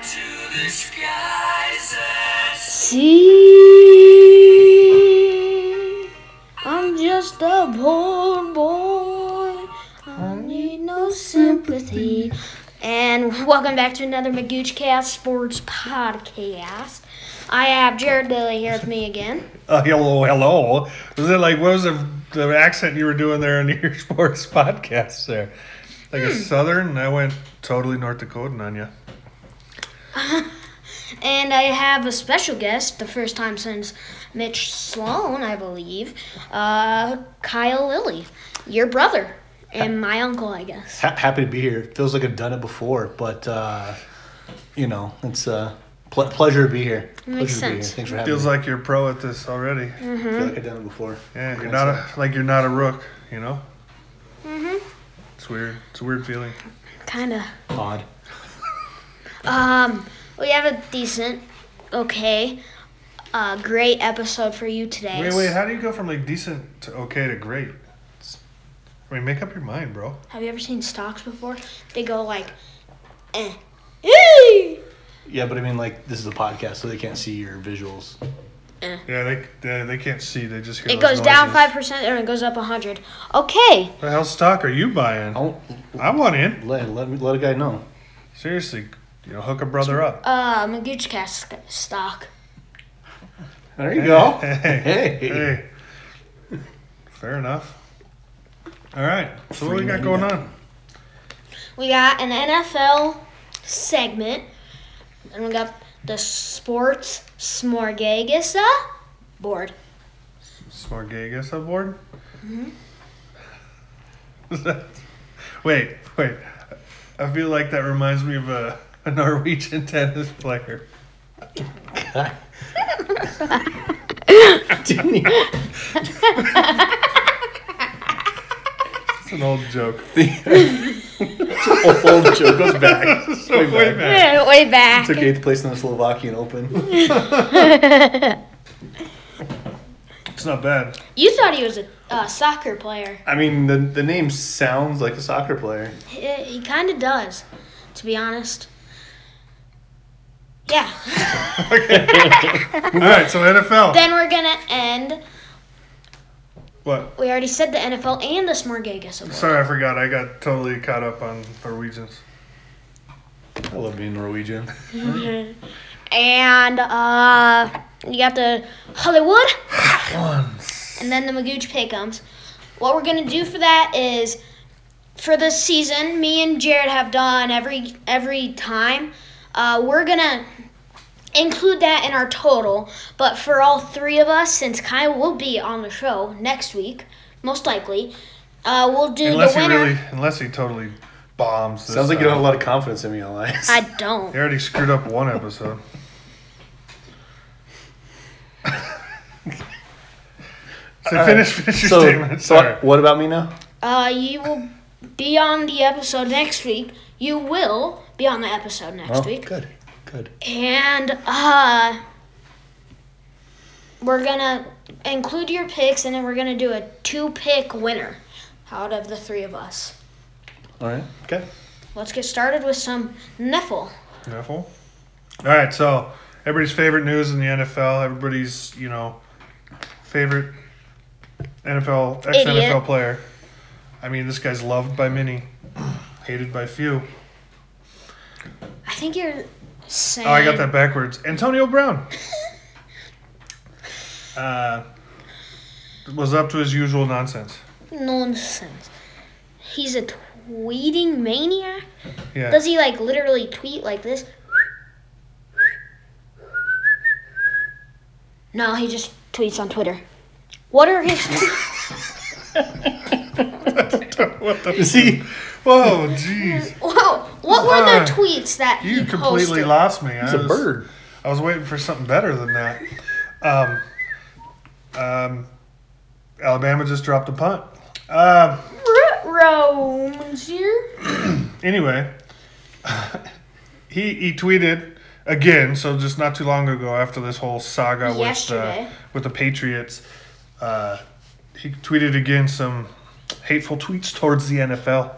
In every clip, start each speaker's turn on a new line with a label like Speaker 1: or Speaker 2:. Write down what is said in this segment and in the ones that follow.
Speaker 1: the skies at
Speaker 2: See, I'm just a poor boy. I need no sympathy. And welcome back to another Magooch Cast Sports Podcast. I have Jared Lilly here with me again.
Speaker 3: Uh, hello, hello. Was it like what was the, the accent you were doing there in your sports podcast there? Like
Speaker 2: Hmm.
Speaker 3: a southern, I went totally North Dakotan on you.
Speaker 2: And I have a special guest, the first time since Mitch Sloan, I believe, uh, Kyle Lilly, your brother, and my uncle, I guess.
Speaker 4: ha- happy to be here. Feels like I've done it before, but uh, you know, it's a ple- pleasure to be here.
Speaker 2: Makes
Speaker 4: pleasure
Speaker 2: sense. Mm-hmm.
Speaker 4: To be here. Thanks for having
Speaker 3: Feels
Speaker 4: me.
Speaker 3: like you're pro at this already.
Speaker 4: I feel like I've done it before.
Speaker 3: Yeah, you're
Speaker 4: Kinda
Speaker 3: not
Speaker 4: sucks.
Speaker 3: a, like you're not a rook, you know. Mm-hmm. It's weird. It's a weird feeling.
Speaker 2: Kinda.
Speaker 4: odd.
Speaker 2: Um, we have a decent, okay, uh, great episode for you today.
Speaker 3: Wait, wait. How do you go from like decent to okay to great? It's- I mean, make up your mind, bro.
Speaker 2: Have you ever seen stocks before? They go like, eh, eh.
Speaker 4: Yeah, but I mean, like this is a podcast, so they can't see your visuals.
Speaker 3: Yeah, they they, they can't see. They just hear.
Speaker 2: It
Speaker 3: those
Speaker 2: goes down
Speaker 3: noises.
Speaker 2: five percent and it goes up a hundred. Okay,
Speaker 3: What the hell stock are you buying?
Speaker 4: Don't
Speaker 3: I want in.
Speaker 4: let let me- let a guy know.
Speaker 3: Seriously, you know, hook a brother up.
Speaker 2: uh, Magoochcast stock.
Speaker 4: There you go.
Speaker 3: Hey.
Speaker 4: Hey.
Speaker 3: Hey. Fair enough. All right. So what we got going on?
Speaker 2: We got an NFL segment, and we got the sports smorgasbord. board.
Speaker 3: Smart gay guess on board.
Speaker 4: Mm-hmm.
Speaker 3: wait, wait. I feel like that reminds me of a, a Norwegian tennis player.
Speaker 4: Didn't even
Speaker 3: It's an old joke.
Speaker 4: think- It's an old joke goes back.
Speaker 3: So
Speaker 4: Way
Speaker 3: way
Speaker 4: back.
Speaker 3: back.
Speaker 2: Way back.
Speaker 4: Took eighth place in the Slovakian Open.
Speaker 3: It's not bad.
Speaker 2: You thought he was a uh, soccer player.
Speaker 4: I mean, the the name sounds like a soccer player.
Speaker 2: He, he kind of does, to be honest. Yeah.
Speaker 3: All right. So NFL.
Speaker 2: Then we're gonna end.
Speaker 3: What?
Speaker 2: We already said the NFL and the Smorgasbord. Award.
Speaker 3: Sorry, I forgot. I got totally caught up on Norwegians.
Speaker 4: I love being Norwegian.
Speaker 2: And uh, you got the Hollywood, and then the Magooch Pickums. What we're gonna do for that is, for this season, me and Jared have done every every time. Uh, we're gonna include that in our total. But for all three of us, since Kyle will be on the show next week, most likely, uh, we'll do
Speaker 3: Unless
Speaker 2: the
Speaker 3: he
Speaker 2: winner.
Speaker 3: really, unless he totally bombs. This
Speaker 4: Sounds like you don't
Speaker 3: time.
Speaker 4: have a lot of confidence in me, Elias.
Speaker 2: I don't.
Speaker 3: They already screwed up one episode. so finish, finish your
Speaker 4: so,
Speaker 3: statement.
Speaker 4: so
Speaker 3: Sorry.
Speaker 4: what about me now?
Speaker 2: Uh, you will be on the episode next week. You will be on the episode next
Speaker 4: Oh,
Speaker 2: week.
Speaker 4: good, good.
Speaker 2: And uh we're gonna include your picks and then we're gonna do a two pick winner out of the three of us.
Speaker 4: All right. Okay.
Speaker 2: Let's get started with some Niffle.
Speaker 3: Careful. All right, so everybody's favorite news in the NFL, everybody's, you know, favorite NFL, ex NFL
Speaker 2: Idiot.
Speaker 3: player. I mean, this guy's loved by many, hated by few.
Speaker 2: I think you're saying
Speaker 3: Oh, I got that backwards. Antonio Brown. Uh, was up to his usual nonsense.
Speaker 2: nonsense. He's a tweeting maniac?
Speaker 3: Yeah.
Speaker 2: Does he like literally tweet like this? No, he just tweets on Twitter. What are his
Speaker 3: what the?
Speaker 4: See,
Speaker 3: Whoa, jeez!
Speaker 2: Whoa, what were
Speaker 3: Why?
Speaker 2: the tweets that
Speaker 3: You
Speaker 2: he
Speaker 3: completely
Speaker 2: posted?
Speaker 3: lost me.
Speaker 4: he's
Speaker 3: I
Speaker 4: a
Speaker 3: was,
Speaker 4: bird.
Speaker 3: I was waiting for something better than that. Um, um, Alabama just dropped a punt. Um,
Speaker 2: Rome's here.
Speaker 3: anyway, he he tweeted again. So just not too long ago, after this whole saga with uh,
Speaker 2: Yesterday.
Speaker 3: with the Patriots, uh, he tweeted again some hateful tweets towards the NFL.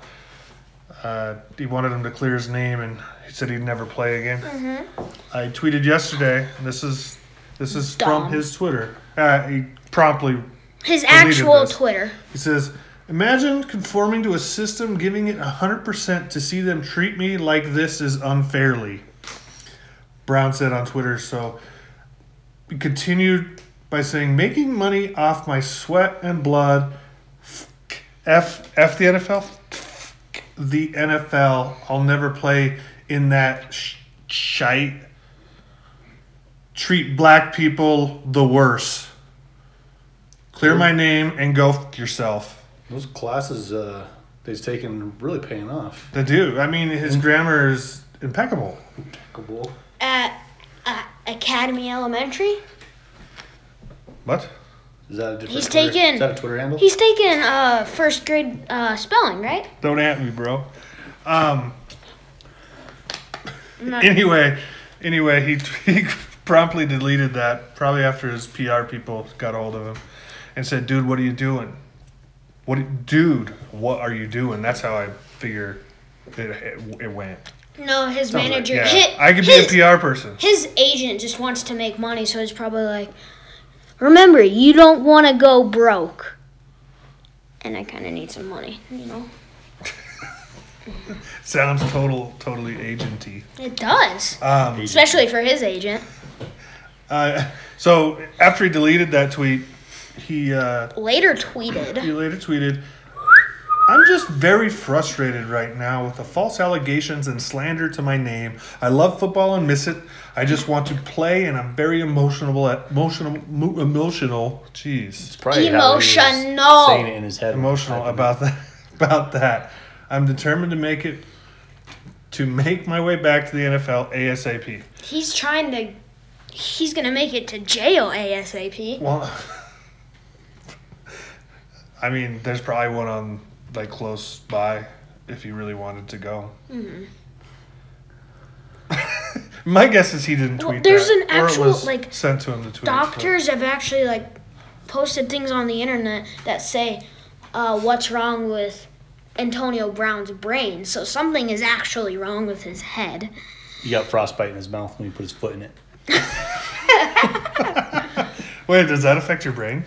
Speaker 3: Uh, he wanted him to clear his name, and he said he'd never play again. I tweeted yesterday. and This is this is
Speaker 2: Mm-hmm. Dumb.
Speaker 3: from his Twitter. Uh, he promptly
Speaker 2: His actual
Speaker 3: this.
Speaker 2: Twitter.
Speaker 3: he says, "Imagine conforming to a system, giving it hundred percent to see them treat me like this is unfairly." Brown said on Twitter. So he continued by saying, "Making money off my sweat and blood, f f the NFL, F the NFL. I'll never play in that sh- shite." Treat black people the worse. Clear my name and go f- yourself.
Speaker 4: Those classes uh, that he's taking really paying off.
Speaker 3: They do. I mean, his grammar is impeccable.
Speaker 4: Impeccable.
Speaker 2: At uh, Academy Elementary.
Speaker 3: What?
Speaker 4: Is that a different
Speaker 2: He's
Speaker 4: Twitter-
Speaker 2: taking-
Speaker 4: Is that a Twitter handle?
Speaker 2: He's taking uh, first grade uh, spelling, right?
Speaker 3: Don't at me, bro. Um.
Speaker 2: I'm not-
Speaker 3: Anyway, anyway, he he promptly deleted that probably after his PR people got a hold of him and said, "Dude, what are you doing? What, dude? What are you doing?" That's how I figure it it, it went.
Speaker 2: No, his
Speaker 3: Sounds like-
Speaker 2: manager.
Speaker 3: yeah.
Speaker 2: hit-
Speaker 3: I could be
Speaker 2: his,
Speaker 3: a PR person.
Speaker 2: His agent just wants to make money, so he's probably like, "Remember, you don't want to go broke." And I kind of need some money, you know.
Speaker 3: Sounds total totally agenty.
Speaker 2: It does,
Speaker 3: Um.
Speaker 2: especially for his agent.
Speaker 3: Uh, so after he deleted that tweet, he uh,
Speaker 2: Later tweeted.
Speaker 3: he later tweeted, "I'm just very frustrated right now with the false allegations and slander to my name. I love football and miss it. I just want to play, and I'm very emotional. At, emotional, mo- emotional. Jeez,
Speaker 4: Probably how he was
Speaker 2: Emotional.
Speaker 4: Saying it in his head.
Speaker 3: emotional about that. About that. I'm determined to make it." To make my way back to the NFL ASAP.
Speaker 2: He's trying to. He's gonna make it to jail ASAP.
Speaker 3: Well, I mean, there's probably one on like close by if you really wanted to go. My guess is he didn't tweet
Speaker 2: Well, there's
Speaker 3: that,
Speaker 2: an
Speaker 3: or it
Speaker 2: actual,
Speaker 3: was
Speaker 2: like,
Speaker 3: sent to him to tweet. but-
Speaker 2: Doctors have actually like posted things on the internet that say uh, what's wrong with Antonio Brown's brain. So something is actually wrong with his head.
Speaker 4: He got frostbite in his mouth when he put his foot in it.
Speaker 3: Wait, does that affect your brain?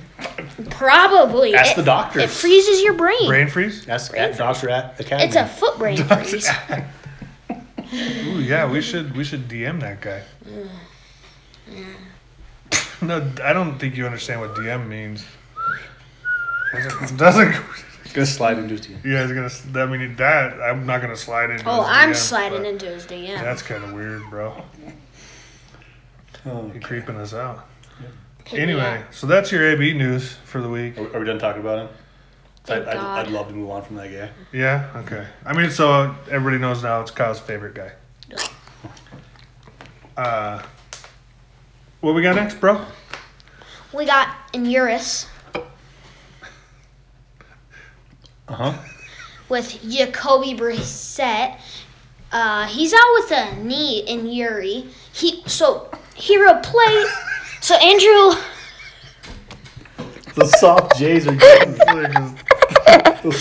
Speaker 2: Probably.
Speaker 4: Ask
Speaker 2: It-
Speaker 4: the doctor.
Speaker 2: It freezes your brain.
Speaker 3: Brain freeze?
Speaker 4: That's at Doctor at Academy.
Speaker 2: It's a foot brain freeze.
Speaker 3: Ooh, yeah, we should we should DM that guy. No, I don't think you understand what DM means. Doesn't, doesn't
Speaker 4: gonna slide into you.
Speaker 3: you guys gonna? s- I mean, that I'm not gonna slide into.
Speaker 2: Oh,
Speaker 3: his
Speaker 2: I'm
Speaker 3: DM,
Speaker 2: sliding
Speaker 3: but-
Speaker 2: into his DM.
Speaker 3: That's kind of weird, bro.
Speaker 4: Oh,
Speaker 3: You're creeping us out.
Speaker 2: Hit me
Speaker 3: Anyway,
Speaker 2: up.
Speaker 3: so that's your AB news for the week.
Speaker 4: are, we- are we done talking about him?
Speaker 2: Thank
Speaker 4: I,
Speaker 2: God.
Speaker 4: I'd, I'd love to move on from that guy.
Speaker 3: Yeah. Okay. I mean, so everybody knows now it's Kyle's favorite guy. Uh, what we got next, bro?
Speaker 2: we got an Urus
Speaker 4: Uh huh.
Speaker 2: with Jacoby Brissett. Uh, he's out with a knee in Uri. He so he replaced. so Andrew
Speaker 4: The soft J's are good.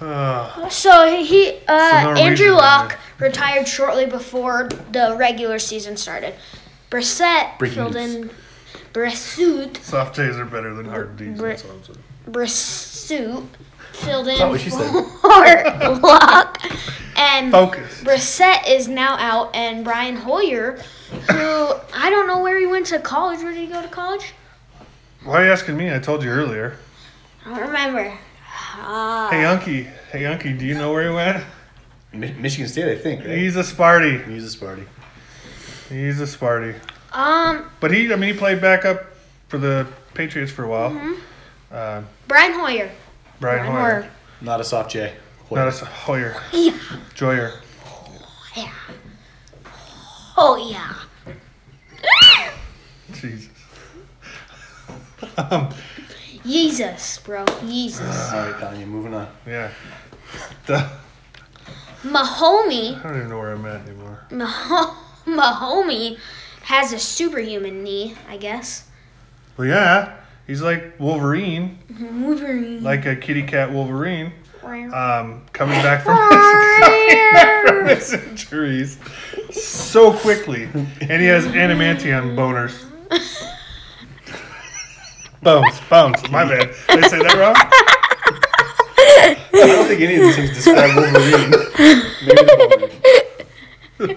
Speaker 3: Uh,
Speaker 2: So he, uh,
Speaker 3: Norwegian
Speaker 2: Andrew Luck
Speaker 3: guy.
Speaker 2: retired shortly before the regular season started. Brissett
Speaker 4: Breaking
Speaker 2: filled
Speaker 4: news.
Speaker 2: in. Brissut,
Speaker 3: soft J's are better than hard D's.
Speaker 2: Brit-
Speaker 3: That's what I'm saying.
Speaker 2: Brissut filled
Speaker 4: not
Speaker 2: in
Speaker 4: what she said.
Speaker 2: for Luck, and
Speaker 3: Focus.
Speaker 2: Brissett is now out, and Brian Hoyer, who I don't know where he went to college. Where did he go to college?
Speaker 3: Why are you asking me? I told you earlier.
Speaker 2: I don't remember. Uh,
Speaker 3: Hey, Unky. Hey, Unky. Do you know where he went?
Speaker 4: Mi- Michigan State, I think. Right?
Speaker 3: He's a Sparty.
Speaker 4: He's a Sparty.
Speaker 3: He's a Sparty.
Speaker 2: um,
Speaker 3: But he, I mean, he played backup for the Patriots for a while. Uh,
Speaker 2: Brian Hoyer.
Speaker 3: Brian
Speaker 2: Brian
Speaker 3: Hoyer.
Speaker 2: Hoyer.
Speaker 4: Not a soft J.
Speaker 3: No, that's Hoyer. Joyer.
Speaker 2: Oh yeah.
Speaker 3: Jesus. um,
Speaker 2: Jesus, bro. Jesus.
Speaker 4: All right, Kanye, moving on.
Speaker 3: yeah. The-
Speaker 2: Mahomey,
Speaker 3: I don't even know where I'm at anymore.
Speaker 2: Mah- Mahomey has a superhuman knee, I guess.
Speaker 3: Well, yeah. He's like Wolverine,
Speaker 2: Wolverine.
Speaker 3: like a kitty cat Wolverine. um, coming back from from his injuries so quickly, and he has animantium boners. Bones, bones. My bad. Did I say that wrong?
Speaker 4: I don't think any of these things describe Wolverine. Maybe the Wolverine.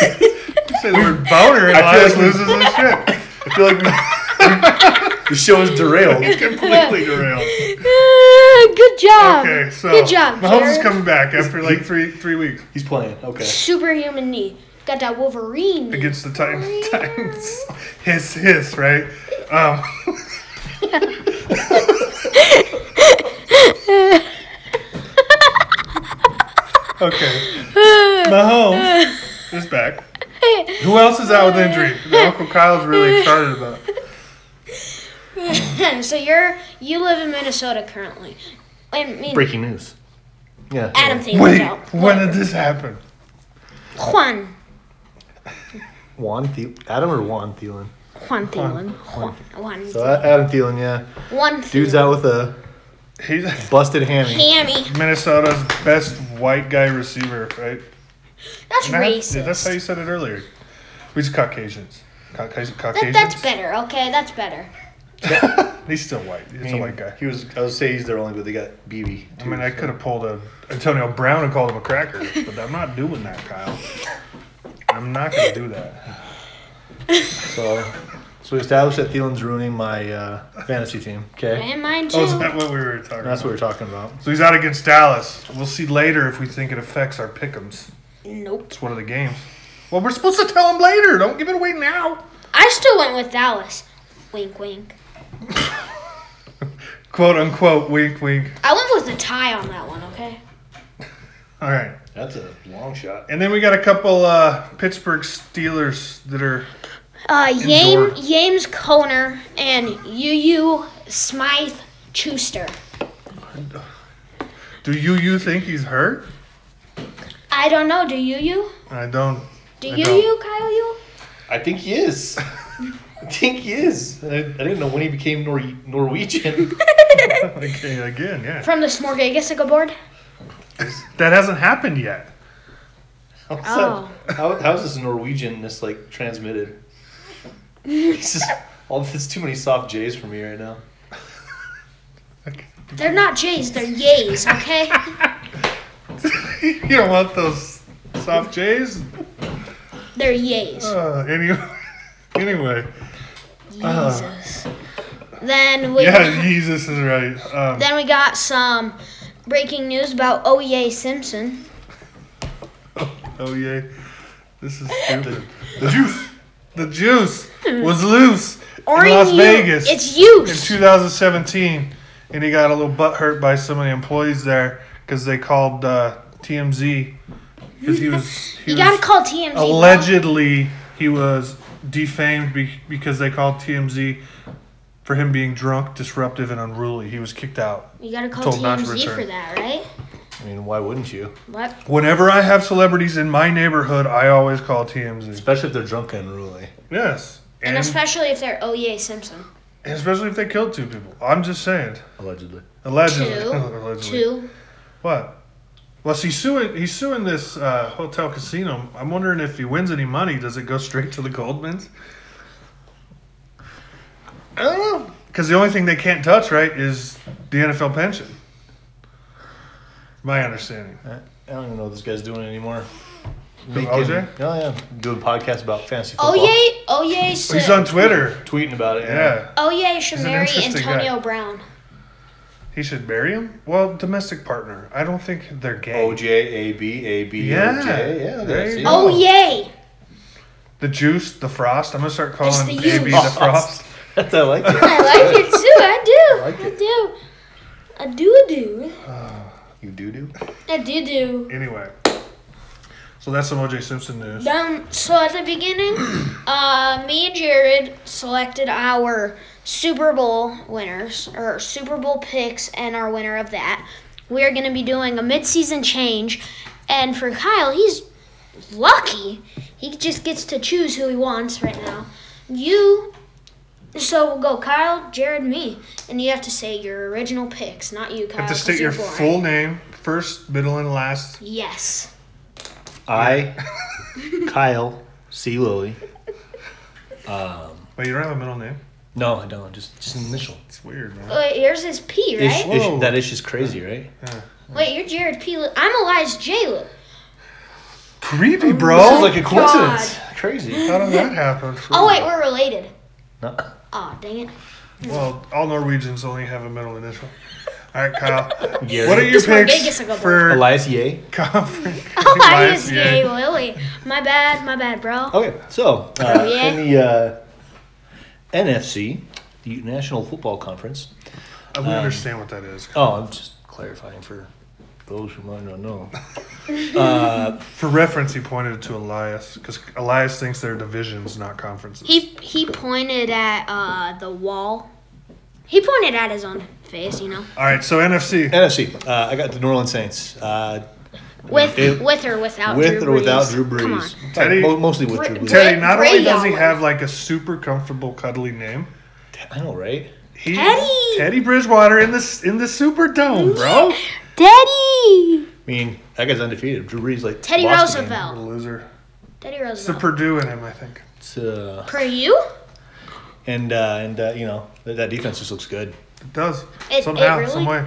Speaker 3: Say the word boner, and
Speaker 4: I feel
Speaker 3: Elias
Speaker 4: like we-
Speaker 3: loses his shit.
Speaker 4: I feel like we, the show is derailed.
Speaker 3: Completely derailed.
Speaker 2: Good job.
Speaker 3: Okay, so
Speaker 2: Um, Good job,
Speaker 3: Mahomes is
Speaker 2: Jared.
Speaker 3: coming back after like three three weeks
Speaker 4: He's playing. Okay.
Speaker 2: Superhuman knee. Got that Wolverine. knee.
Speaker 3: against the
Speaker 2: Oh,
Speaker 3: Titans. Titans. Hiss, hiss, right? Um, okay, Mahomes is back. Who else is out with injury? The Uncle Kyle's really excited about. it.
Speaker 2: so you're you live in Minnesota currently. I mean,
Speaker 4: Breaking news. Yeah.
Speaker 2: Adam thinks
Speaker 3: Wait,
Speaker 2: out.
Speaker 3: when did this happen?
Speaker 2: Juan.
Speaker 4: Juan Thielen. Adam or Juan Thielen?
Speaker 2: Juan Thielen. Juan. Juan.
Speaker 4: So uh, Adam Thielen, yeah.
Speaker 2: One
Speaker 4: Dude's out with a
Speaker 3: He's
Speaker 4: busted hammy.
Speaker 2: Hammy.
Speaker 3: Minnesota's best white guy receiver, right?
Speaker 2: That's
Speaker 3: Nah,
Speaker 2: racist.
Speaker 3: That's how you said it earlier. We just Caucasians. Caucas-
Speaker 2: That,
Speaker 3: Caucasians.
Speaker 2: that's better. Okay, that's better.
Speaker 3: He's still white. He's a white guy.
Speaker 4: Oh He was. I would say he's their only, but they got BB.
Speaker 3: I mean, I could have pulled a Antonio Brown and called him a cracker, but I'm not doing that, Kyle. I'm not gonna do that.
Speaker 4: So, so we established that Thielen's ruining my uh, fantasy team. Okay,
Speaker 2: And mine too.
Speaker 3: Oh, is that what we were talking
Speaker 4: that's
Speaker 3: about?
Speaker 4: what we're talking about.
Speaker 3: So he's out against Dallas. We'll see later if we think it affects our pickems.
Speaker 2: nope.
Speaker 3: It's one of the games. Well, we're supposed to tell him later. Don't give it away now.
Speaker 2: I still went with Dallas. Wink, wink.
Speaker 3: Quote unquote. Wink, wink.
Speaker 2: I went with a tie on that one. Okay.
Speaker 3: All right.
Speaker 4: That's a long shot.
Speaker 3: And then we got a couple uh, Pittsburgh Steelers that are
Speaker 2: Uh, Yame,
Speaker 3: Endure.
Speaker 2: James Conner and Yu Yu Smythe Schuster.
Speaker 3: Do you you think he's hurt?
Speaker 2: I don't know. Do Yu Yu?
Speaker 3: I don't.
Speaker 2: Do
Speaker 3: I
Speaker 2: Yu
Speaker 3: don't.
Speaker 2: Yu Kyle Yu?
Speaker 4: I think he is. I think he is. I, I didn't know when he became Nor- Norwegian.
Speaker 3: Okay, again, yeah.
Speaker 2: From the Smorgasgodic board.
Speaker 3: That hasn't happened yet.
Speaker 4: How's
Speaker 2: Oh.
Speaker 4: that, how, how's this Norwegianness like transmitted? It's just, all there's too many soft J's for me right now.
Speaker 2: They're not J's. They're yays. Okay.
Speaker 3: you don't want those soft J's.
Speaker 2: they're yays.
Speaker 3: Uh, anyway, anyway,
Speaker 2: Jesus. Then we.
Speaker 3: uh. yeah, Jesus is right. Um,
Speaker 2: Then we got some breaking news about OEA Simpson.
Speaker 3: oh yeah, this is stupid.
Speaker 4: The juice.
Speaker 3: The juice was loose in
Speaker 2: Orange
Speaker 3: Las
Speaker 2: Yu-
Speaker 3: Vegas
Speaker 2: It's
Speaker 3: in
Speaker 2: use.
Speaker 3: 2017, and he got a little butt hurt by some of the employees there because they called uh, TMZ because he was he
Speaker 2: You
Speaker 3: was
Speaker 2: gotta call TMZ. bro.
Speaker 3: allegedly he was defamed be- because they called TMZ for him being drunk, disruptive, and unruly. He was kicked out.
Speaker 2: You gotta call
Speaker 3: told not to
Speaker 2: TMZ for
Speaker 3: return.
Speaker 2: that, right?
Speaker 4: I mean, why wouldn't you?
Speaker 2: What?
Speaker 3: Whenever I have celebrities in my neighborhood, I always call TMZ.
Speaker 4: Especially if they're drunk and unruly.
Speaker 3: Yes.
Speaker 2: And
Speaker 3: And,
Speaker 2: especially if they're OEA Simpson.
Speaker 3: especially if they killed two people. I'm just saying.
Speaker 4: Allegedly.
Speaker 3: Allegedly.
Speaker 2: Two.
Speaker 3: Allegedly.
Speaker 2: Two.
Speaker 3: What? Well, he's suing. He's suing this uh, hotel casino. I'm wondering if he wins any money, does it go straight to the Goldmans? I don't know. Because the only thing they can't touch, right, is the NFL pension. My understanding.
Speaker 4: I I don't even know what this guy's doing anymore.
Speaker 3: OJ?
Speaker 4: Oh yeah, doing podcasts about fantasy
Speaker 2: Oh,
Speaker 4: football.
Speaker 2: OEA, OEA
Speaker 3: He's
Speaker 2: should,
Speaker 3: on Twitter.
Speaker 4: tweeting about it.
Speaker 3: Yeah,
Speaker 2: OEA should
Speaker 3: He's an
Speaker 2: marry
Speaker 3: interesting guy.
Speaker 2: Antonio Brown.
Speaker 3: he should marry him. Well, domestic partner. I don't think they're gay.
Speaker 4: O Oh, J A B A B
Speaker 3: Yeah.
Speaker 4: O J. Yeah.
Speaker 3: There
Speaker 4: that's
Speaker 3: you
Speaker 4: it.
Speaker 3: go.
Speaker 2: Oh yay!
Speaker 3: The juice, the frost. I'm gonna start calling
Speaker 2: the
Speaker 3: AB
Speaker 2: use.
Speaker 3: the frost.
Speaker 4: That's I like it.
Speaker 2: I like it too. I do. I,
Speaker 4: like it.
Speaker 2: do. I do. do.
Speaker 4: You do do.
Speaker 2: I do do.
Speaker 3: Anyway, so that's some OJ Simpson news.
Speaker 2: Um, so at the beginning, uh, me and Jared selected our Super Bowl winners or Super Bowl picks and our winner of that. We're gonna be doing a mid-season change, and for Kyle, he's lucky. He just gets to choose who he wants right now. You. So we'll go Kyle, Jared, me, and you have to say your original picks, not you, Kyle.
Speaker 3: have to
Speaker 2: 'cause
Speaker 3: state your
Speaker 2: you're boring.
Speaker 3: full name, first, middle, and last.
Speaker 2: Yes.
Speaker 4: I, Kyle, C. Lily.
Speaker 3: Wait, you don't have a middle name?
Speaker 4: No, I don't. Just just an initial.
Speaker 3: It's weird, man.
Speaker 2: Wait, yours is P, right?
Speaker 4: Ish, ish-
Speaker 3: Whoa.
Speaker 4: that ish is crazy, right?
Speaker 2: Wait, you're Jared P. Lu- I'm Elias J. Lu-
Speaker 3: Creepy,
Speaker 2: um,
Speaker 4: This is
Speaker 3: bro.
Speaker 4: like a coincidence. Crazy.
Speaker 3: How did that happen?
Speaker 2: Oh wait, we're related.
Speaker 4: No.
Speaker 2: Aw, dang it.
Speaker 3: Well, all Norwegians only have a middle initial. All right, Kyle.
Speaker 4: Yeah.
Speaker 3: What are your
Speaker 2: This one,
Speaker 3: picks
Speaker 2: Vegas will go
Speaker 3: for
Speaker 4: Elias Ye?
Speaker 3: conference?
Speaker 2: Elias J. Lilly. My bad, my bad, bro.
Speaker 4: Okay, so uh,
Speaker 2: Oh, yeah.
Speaker 4: in the uh, NFC, the National Football Conference.
Speaker 3: I wouldn't Uh, understand what that is.
Speaker 4: Oh, I'm just clarifying for those who might not know.
Speaker 3: For reference, he pointed to Elias because Elias thinks they're divisions, not conferences.
Speaker 2: He he pointed at uh the wall. He pointed at his own face, you know,
Speaker 3: All right, so NFC.
Speaker 4: NFC, uh, I got the New Orleans Saints. Uh,
Speaker 2: with
Speaker 4: It-
Speaker 2: with or without
Speaker 4: with
Speaker 2: Drew
Speaker 4: or without
Speaker 2: Brees.
Speaker 4: Drew
Speaker 2: Come
Speaker 4: Brees.
Speaker 2: on.
Speaker 4: Like,
Speaker 3: Teddy-
Speaker 4: mo- mostly with Drew Brees.
Speaker 3: Teddy, not only does he
Speaker 2: Ray
Speaker 3: have like a super comfortable, cuddly name,
Speaker 4: I know, right?
Speaker 3: he,
Speaker 2: Teddy!
Speaker 3: Teddy Bridgewater in the in the Superdome, bro.
Speaker 2: Teddy.
Speaker 4: I mean, that guy's undefeated. Drew Brees, like,
Speaker 2: Teddy
Speaker 4: lost a game.
Speaker 3: What a
Speaker 2: Roosevelt.
Speaker 3: loser.
Speaker 2: Teddy
Speaker 3: It's the
Speaker 2: Roosevelt.
Speaker 3: Purdue in him, I think.
Speaker 4: It's, uh,
Speaker 2: For you?
Speaker 4: and, uh, and uh, you know, that, that defense just looks good.
Speaker 3: It does
Speaker 2: It- it
Speaker 3: somehow,
Speaker 2: really-
Speaker 3: some way.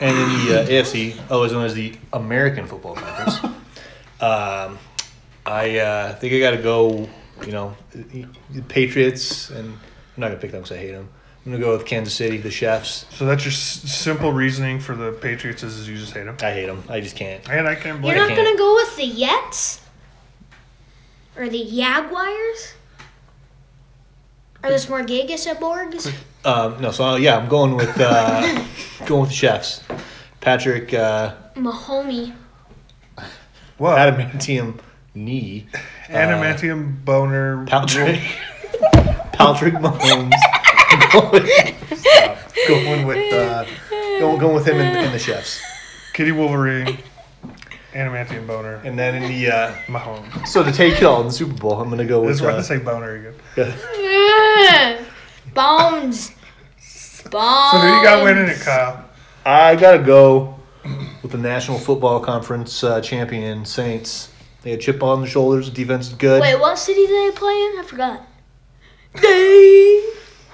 Speaker 4: And in the uh, AFC, oh, as known as the American Football Conference, um, I uh, think I got to go. You know, the the Patriots, and I'm not gonna pick them because I hate them. I'm gonna go with Kansas City, the Chefs.
Speaker 3: So that's your s- simple reasoning for the Patriots is, you just hate them,
Speaker 4: I hate them. I just can't.
Speaker 3: and I can't
Speaker 2: You're
Speaker 3: blame.
Speaker 2: not
Speaker 3: you.
Speaker 4: can't.
Speaker 2: gonna go with the Yets? Or the Jaguars? Or the Smorgasborgs?
Speaker 4: Um, no, so uh, yeah, I'm going with uh, going with the Chefs. Patrick uh,
Speaker 2: Mahomey.
Speaker 3: What?
Speaker 4: Adamantium Knee,
Speaker 3: Adamantium boner.
Speaker 4: Patrick Patrick Mahomes. Stop. Going with uh, going, going with him and, and the Chefs.
Speaker 3: Kitty Wolverine. Adamantium boner.
Speaker 4: And then in the uh,
Speaker 3: Mahomes.
Speaker 4: so to take it all in the Super Bowl, I'm gonna go
Speaker 3: I was
Speaker 4: with
Speaker 3: about
Speaker 4: uh,
Speaker 3: to say boner again.
Speaker 2: Bones. Bones.
Speaker 3: So who you got winning it, Kyle?
Speaker 4: I gotta go with the National Football Conference uh, champion Saints. They had chip on the shoulders. Defense is good.
Speaker 2: Wait, what city do they play in? I forgot. They.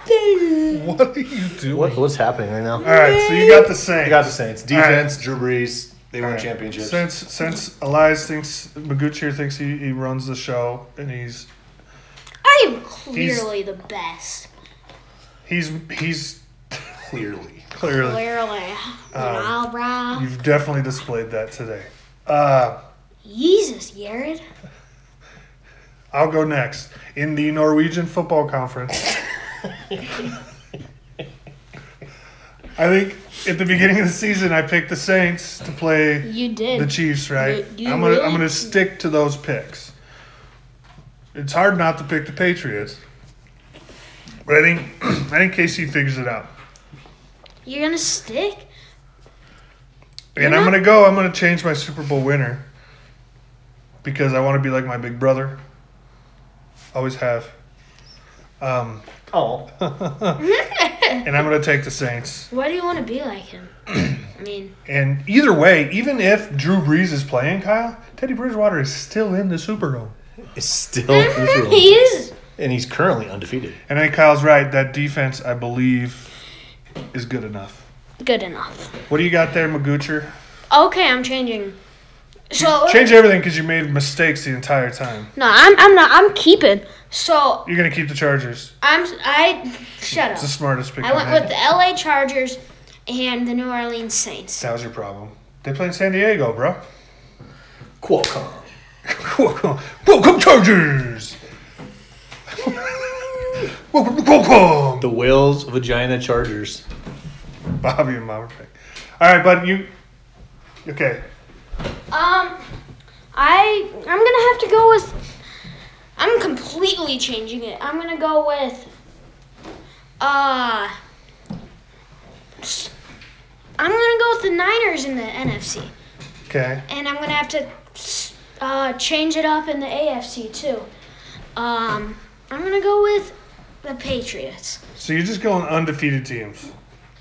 Speaker 2: they-
Speaker 3: What are you doing?
Speaker 4: What, what's happening right now?
Speaker 3: All right, so you got the same.
Speaker 4: I got the Saints. Defense, Drew Brees. They won
Speaker 3: All right.
Speaker 4: championships.
Speaker 3: Since since Elias thinks Maguchir thinks he, he runs the show and he's
Speaker 2: I am clearly the best.
Speaker 3: he's he's
Speaker 4: Clearly,
Speaker 3: clearly
Speaker 2: Clearly.
Speaker 3: uh,
Speaker 2: Wow, brah.
Speaker 3: you've definitely displayed that today. Uh,
Speaker 2: Jesus, Jared.
Speaker 3: I'll go next in the Norwegian Football Conference. I think at the beginning of the season I picked the Saints to play
Speaker 2: You
Speaker 3: the
Speaker 2: did.
Speaker 3: Chiefs, right?
Speaker 2: You- you
Speaker 3: I'm gonna I'm
Speaker 2: really-
Speaker 3: gonna stick to those picks. It's hard not to pick the Patriots, but I think I think KC figures it out.
Speaker 2: You're gonna stick?
Speaker 3: And
Speaker 2: You're
Speaker 3: I'm
Speaker 2: not-
Speaker 3: gonna go. I'm gonna change my Super Bowl winner because I want to be like my big brother. Always have. Um,
Speaker 4: oh,
Speaker 3: and I'm gonna take the Saints.
Speaker 2: Why do you want to be like him? I mean,
Speaker 3: And either way, even if Drew Brees is playing, Kyle Teddy Bridgewater is still in the Super Bowl.
Speaker 4: it's still Israel.
Speaker 2: he is.
Speaker 4: and he's currently undefeated.
Speaker 3: And I think Kyle's right. That defense, I believe, is good enough.
Speaker 2: Good enough.
Speaker 3: What do you got there, Magucher?
Speaker 2: Okay, I'm changing. So
Speaker 3: Change everything because you made mistakes the entire time.
Speaker 2: no, I'm I'm not I'm keeping. So
Speaker 3: You're gonna keep the Chargers.
Speaker 2: I'm I shut
Speaker 3: It's
Speaker 2: up.
Speaker 3: the smartest pick.
Speaker 2: I went
Speaker 3: made.
Speaker 2: with the L.A. Chargers and the New Orleans Saints.
Speaker 3: That was your problem. They play in San Diego, bro.
Speaker 4: Qualcomm.
Speaker 3: Welcome, welcome Chargers. welcome, welcome.
Speaker 4: The whales, vagina, Chargers.
Speaker 3: Bobby and Mama pick. All right, bud. You okay?
Speaker 2: Um, I I'm gonna have to go with. I'm completely changing it. I'm gonna go with. Uh. s- I'm gonna go with the Niners in the NFC,
Speaker 3: Okay.
Speaker 2: and I'm gonna have to s- uh, change it up in the AFC too. Um, I'm gonna go with the Patriots.
Speaker 3: So you're just going undefeated teams.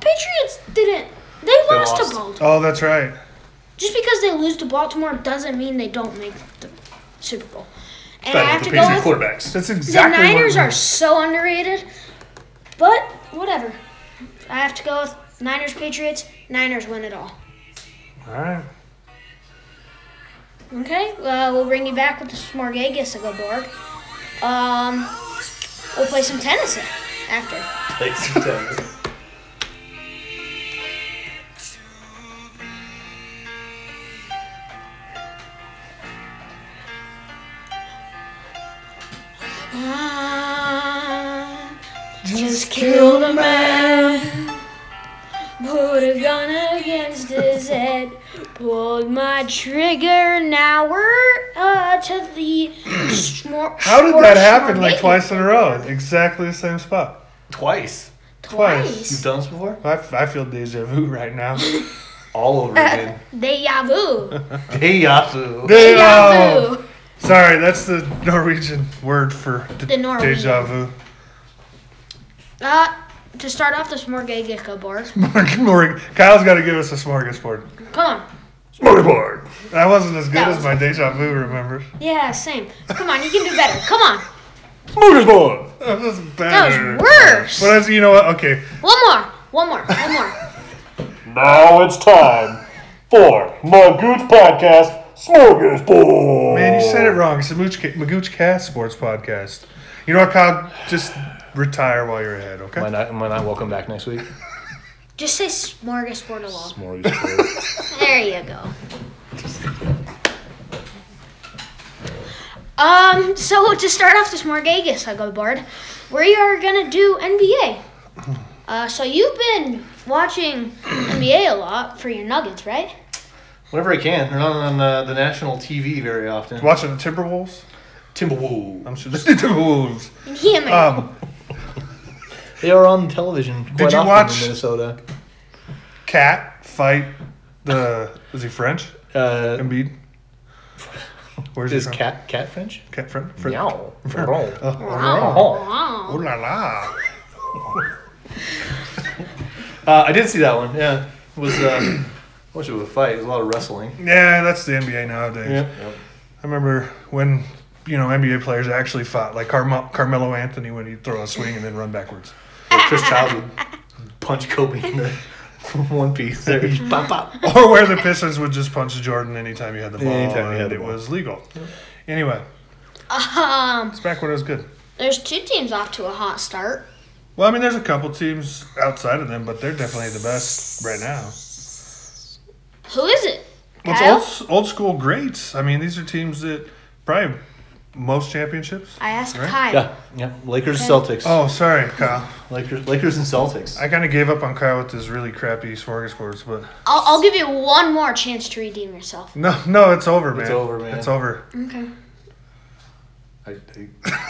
Speaker 2: Patriots didn't. They lost,
Speaker 4: lost.
Speaker 2: to Baltimore.
Speaker 3: Oh, that's right.
Speaker 2: Just because they lose to Baltimore doesn't mean they don't make the Super Bowl. And I
Speaker 4: Better
Speaker 2: have
Speaker 4: with
Speaker 2: to
Speaker 4: the
Speaker 2: go
Speaker 4: Patriot
Speaker 2: with
Speaker 4: quarterbacks.
Speaker 3: That's
Speaker 2: The
Speaker 3: exactly. what-
Speaker 2: Niners are so underrated, but whatever. I have to go with Niners Patriots. Niners win it all.
Speaker 3: All right.
Speaker 2: Okay, uh, we'll bring you back with the Smorgagus of Borg. Um, we'll play some tennis after.
Speaker 4: Play some tennis.
Speaker 2: I just killed a man. Put a gun against his head. Pulled my trigger. Now we're uh, to the smor-
Speaker 3: How did
Speaker 2: smor-
Speaker 3: that happen? Like
Speaker 2: smorgasbord.
Speaker 3: twice in a row, exactly the same spot.
Speaker 4: Twice.
Speaker 3: twice?
Speaker 4: You've
Speaker 2: Twice.
Speaker 4: done this before?
Speaker 3: I, I feel deja vu right now.
Speaker 4: All over again.
Speaker 2: Deja vu.
Speaker 4: Dejavu.
Speaker 3: Deja
Speaker 2: Deja
Speaker 3: vu.
Speaker 2: vu.
Speaker 3: Sorry, that's the Norwegian word for d-
Speaker 2: The Norwegian.
Speaker 3: deja vu.
Speaker 2: Uh, to start off the smorgasbord bar.
Speaker 3: Mark Morgan. Kyle's got to give us a smorgasbord.
Speaker 2: Come on.
Speaker 4: Smorgasbord.
Speaker 3: That wasn't as good
Speaker 2: That
Speaker 3: as
Speaker 2: was-
Speaker 3: my deja vu, remember?
Speaker 2: Yeah, same. Come on, you can do better. Come on.
Speaker 4: Smorgasbord.
Speaker 3: That was better.
Speaker 2: That was worse.
Speaker 3: But I was, you know what? Okay.
Speaker 2: One more. One more. One more.
Speaker 4: Now it's time for my Gooch Podcast Smorgasbord.
Speaker 3: Man, you said
Speaker 4: Oh.
Speaker 3: it wrong. It's the Mooch Ca- Magooch Cast Sports Podcast. You know what, Kyle? Just retire while you're ahead, okay?
Speaker 4: Am I not, am I not welcome back next week?
Speaker 2: Just say smorgasbord along.
Speaker 4: Smorgasbord.
Speaker 2: There you go. Um, so to start off this Morgagus Huggo board, we are gonna do NBA. Uh, so you've been watching NBA a lot for your Nuggets, right?
Speaker 4: Whenever I can. They're not on uh, the national TV very often.
Speaker 3: Watching the Timberwolves?
Speaker 4: Timberwolves.
Speaker 3: I'm sure. The Timberwolves.
Speaker 2: Yeah, man.
Speaker 3: Um,
Speaker 4: They are on television quite
Speaker 3: you
Speaker 4: often
Speaker 3: watch-
Speaker 4: in Minnesota.
Speaker 3: cat fight the. Is he French?
Speaker 4: Uh,
Speaker 3: Embiid? Where's
Speaker 4: is
Speaker 3: he from?
Speaker 4: cat cat French? Uh-huh.
Speaker 3: Cat French? French?
Speaker 4: Meow.
Speaker 3: Oh,
Speaker 4: Oh.
Speaker 3: oh la la.
Speaker 4: Uh, I did see that one. Yeah, it was. Uh, I wish it was a fight. It was a lot of wrestling.
Speaker 3: Yeah, that's the NBA nowadays. I remember when you know NBA players actually fought, like Carmel- Carmelo Anthony when he'd throw a swing and then run backwards.
Speaker 4: Like Chris Childs would punch Kobe in the from one piece. There, Just pop, pop.
Speaker 3: or where the Pistons would just punch Jordan anytime you had the ball,
Speaker 4: Anytime you had
Speaker 3: and
Speaker 4: the
Speaker 3: it
Speaker 4: ball.
Speaker 3: was legal. Anyway,
Speaker 2: Um,
Speaker 3: it's back when it was good.
Speaker 2: there's two teams off to a hot start.
Speaker 3: Well, I mean, there's a couple teams outside of them, but they're definitely the best right now.
Speaker 2: Who is it?
Speaker 3: Well, it's
Speaker 2: Kyle?
Speaker 3: old, s- old school greats. I mean, these are teams that probably most championships.
Speaker 2: I asked
Speaker 3: Right?
Speaker 2: Kyle.
Speaker 4: Yeah, yeah. Lakers, Celtics.
Speaker 3: Oh, sorry, Kyle.
Speaker 4: Lakers, Lakers and Celtics.
Speaker 3: I kind of gave up on Kyle with his really crappy smorgasbords, but
Speaker 2: I'll, I'll give you one more chance to redeem yourself.
Speaker 3: no, no, it's over, man.
Speaker 4: over, man.
Speaker 3: It's over.
Speaker 2: Okay.
Speaker 4: I, I,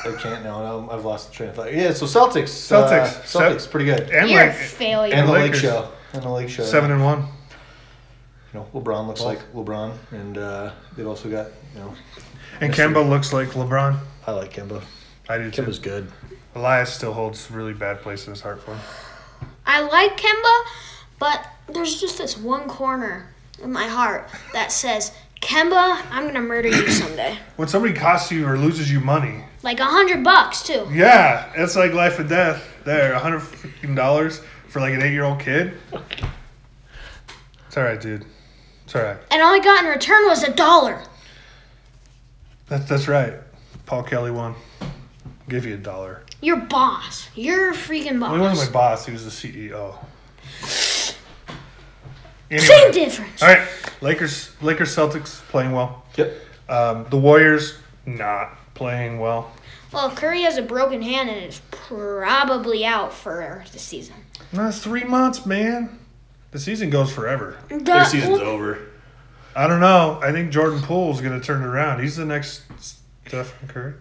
Speaker 4: I can't now. Now I've lost the train of thought. Yeah, so Celtics.
Speaker 3: Celtics.
Speaker 4: uh, Celtics,
Speaker 3: Cel-
Speaker 4: pretty good.
Speaker 3: And
Speaker 2: You're a
Speaker 3: like
Speaker 2: failure.
Speaker 4: And the Lake
Speaker 3: Lakers.
Speaker 4: Show. And the Lake Show.
Speaker 3: seven and one.
Speaker 4: You know, LeBron looks like LeBron, and uh, they've also got you know.
Speaker 3: And Kemba looks like LeBron.
Speaker 4: I like Kemba.
Speaker 3: I do too.
Speaker 4: Kemba's good.
Speaker 3: Elias still holds really bad place in his heart for him.
Speaker 2: I like Kemba, but there's just this one corner in my heart that says, Kemba, I'm gonna murder you someday.
Speaker 3: When somebody costs you or loses you money,
Speaker 2: Like a hundred bucks too.
Speaker 3: yeah, it's like life and death. There, a hundred fucking dollars for like an eight-year-old kid. It's all right, dude. It's all right.
Speaker 2: And all I got in return was a dollar.
Speaker 3: That's that's right. Paul Kelly won. Give you a dollar.
Speaker 2: Your boss. Your freaking boss.
Speaker 3: Well, he wasn't my boss. He was the CEO.
Speaker 2: Same
Speaker 3: Anyway,
Speaker 2: difference.
Speaker 3: all right, Lakers. Lakers Celtics playing well.
Speaker 4: Yep.
Speaker 3: Um, the Warriors not playing well.
Speaker 2: Well, Curry has a broken hand and is probably out for the season.
Speaker 3: That's three months, man. The season goes forever.
Speaker 4: Their
Speaker 2: The-
Speaker 4: season's over.
Speaker 3: I don't know. I think Jordan Poole's going to turn it around. He's the next Stephen Curry.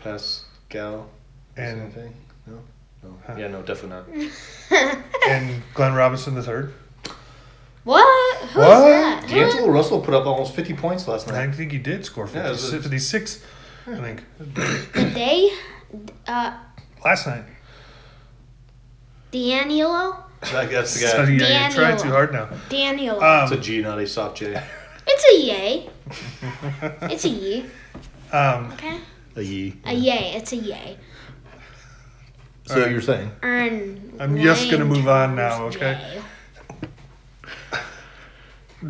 Speaker 4: Pascal.
Speaker 3: And
Speaker 4: Anything? No. No. Yeah, no, definitely not.
Speaker 3: and Glenn Robinson the third.
Speaker 2: what? Who's
Speaker 3: What?
Speaker 2: that? Who-
Speaker 4: D'Angelo Russell put up almost 50 points last
Speaker 3: I
Speaker 4: night.
Speaker 3: think he did score
Speaker 4: Yeah, it was a-
Speaker 3: 56, I think.
Speaker 2: They uh,
Speaker 3: Last night.
Speaker 2: D'Aniello?
Speaker 4: Like, that's the
Speaker 3: So,
Speaker 4: guy.
Speaker 3: yeah, you're trying
Speaker 2: Daniel.
Speaker 3: too hard now.
Speaker 2: D'Aniello.
Speaker 4: It's a
Speaker 3: Um,
Speaker 4: G, not a soft J.
Speaker 2: it's a yay. It's a yay.
Speaker 3: um,
Speaker 2: Okay.
Speaker 4: A ye.
Speaker 2: A yay. It's a yay.
Speaker 4: So you were saying?
Speaker 2: Earn.
Speaker 3: I'm just gonna move on now,
Speaker 2: Lanterns
Speaker 3: okay?
Speaker 2: Yay.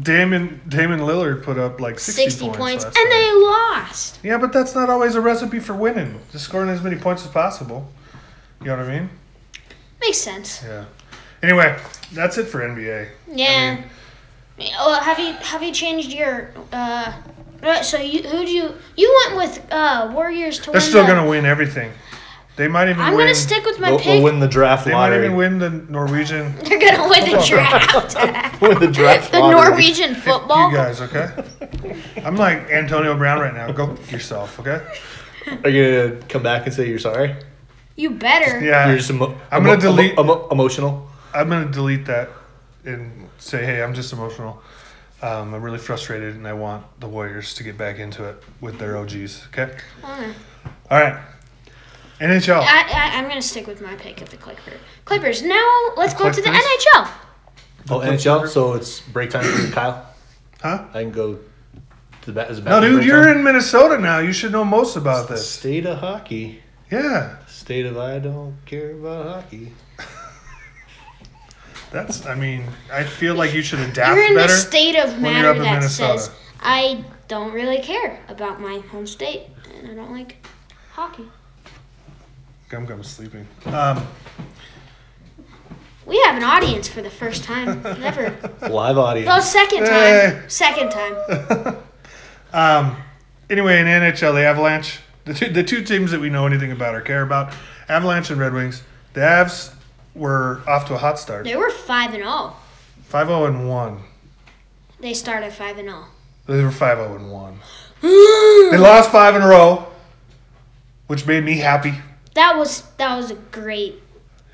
Speaker 3: Damon Damon Lillard put up like 60,
Speaker 2: 60 points, and
Speaker 3: last night.
Speaker 2: they lost.
Speaker 3: Yeah, but that's not always a recipe for winning. Just scoring as many points as possible. You know what I mean?
Speaker 2: Makes sense.
Speaker 3: Yeah. Anyway, that's it for NBA.
Speaker 2: Yeah. well, have you have you changed your? Uh, uh, so you who do you you went with uh, Warriors to
Speaker 3: They're
Speaker 2: win?
Speaker 3: still
Speaker 2: the-
Speaker 3: gonna win everything. They might even
Speaker 2: I'm
Speaker 3: win.
Speaker 2: gonna stick with my
Speaker 4: We'll,
Speaker 2: pick.
Speaker 4: we'll win the draft
Speaker 3: they might
Speaker 4: lottery.
Speaker 3: even win
Speaker 4: Win.
Speaker 3: the Norwegian.
Speaker 2: They're gonna win the
Speaker 3: on.
Speaker 2: draft.
Speaker 4: the draft
Speaker 2: the
Speaker 4: lottery.
Speaker 2: Norwegian football.
Speaker 3: You guys, okay? I'm like Antonio Brown right now. Go f- yourself, okay?
Speaker 4: Are you gonna come back and say you're sorry?
Speaker 2: You better.
Speaker 3: Yeah.
Speaker 4: You're just emo-
Speaker 3: Uh, I'm gonna
Speaker 4: emo-
Speaker 3: delete-
Speaker 4: emo- emotional.
Speaker 3: I'm gonna delete that and say, hey, I'm just emotional. Um, I'm really frustrated, and I want the Warriors to get back into it with their OGs. Okay.
Speaker 2: Okay.
Speaker 3: All right. NHL.
Speaker 2: I, I I'm gonna stick with my pick of the Clippers. Clippers. Now let's go to the
Speaker 3: Clippers?
Speaker 2: NHL.
Speaker 4: Oh, NHL. So it's break time for Kyle.
Speaker 3: Huh?
Speaker 4: I can go to the bat. Is the
Speaker 3: No,
Speaker 4: bat
Speaker 3: dude,
Speaker 4: break
Speaker 3: you're
Speaker 4: time?
Speaker 3: in Minnesota now. You should know most about this.
Speaker 4: State of hockey.
Speaker 3: Yeah.
Speaker 4: State of I don't care about hockey.
Speaker 3: That's. I mean, I feel like you should adapt
Speaker 2: You're in
Speaker 3: better.
Speaker 2: the state of
Speaker 3: when you're
Speaker 2: matter
Speaker 3: up in
Speaker 2: that
Speaker 3: Minnesota.
Speaker 2: says I don't really care about my home state and I don't like hockey.
Speaker 3: Gum gum's sleeping. Um,
Speaker 2: We have an audience for the first time ever.
Speaker 4: Live audience.
Speaker 2: Well, second time.
Speaker 3: Hey.
Speaker 2: Second time.
Speaker 3: um, anyway, in NHL, the Avalanche, the two, the two teams that we know anything about or care about, Avalanche and Red Wings, the Avs were off to a hot start.
Speaker 2: They were five and zero.
Speaker 3: 5 0 and 1.
Speaker 2: They started five and oh. zero.
Speaker 3: They were 5 0 and 1. They lost five in a row, which made me happy.
Speaker 2: That was that was a great.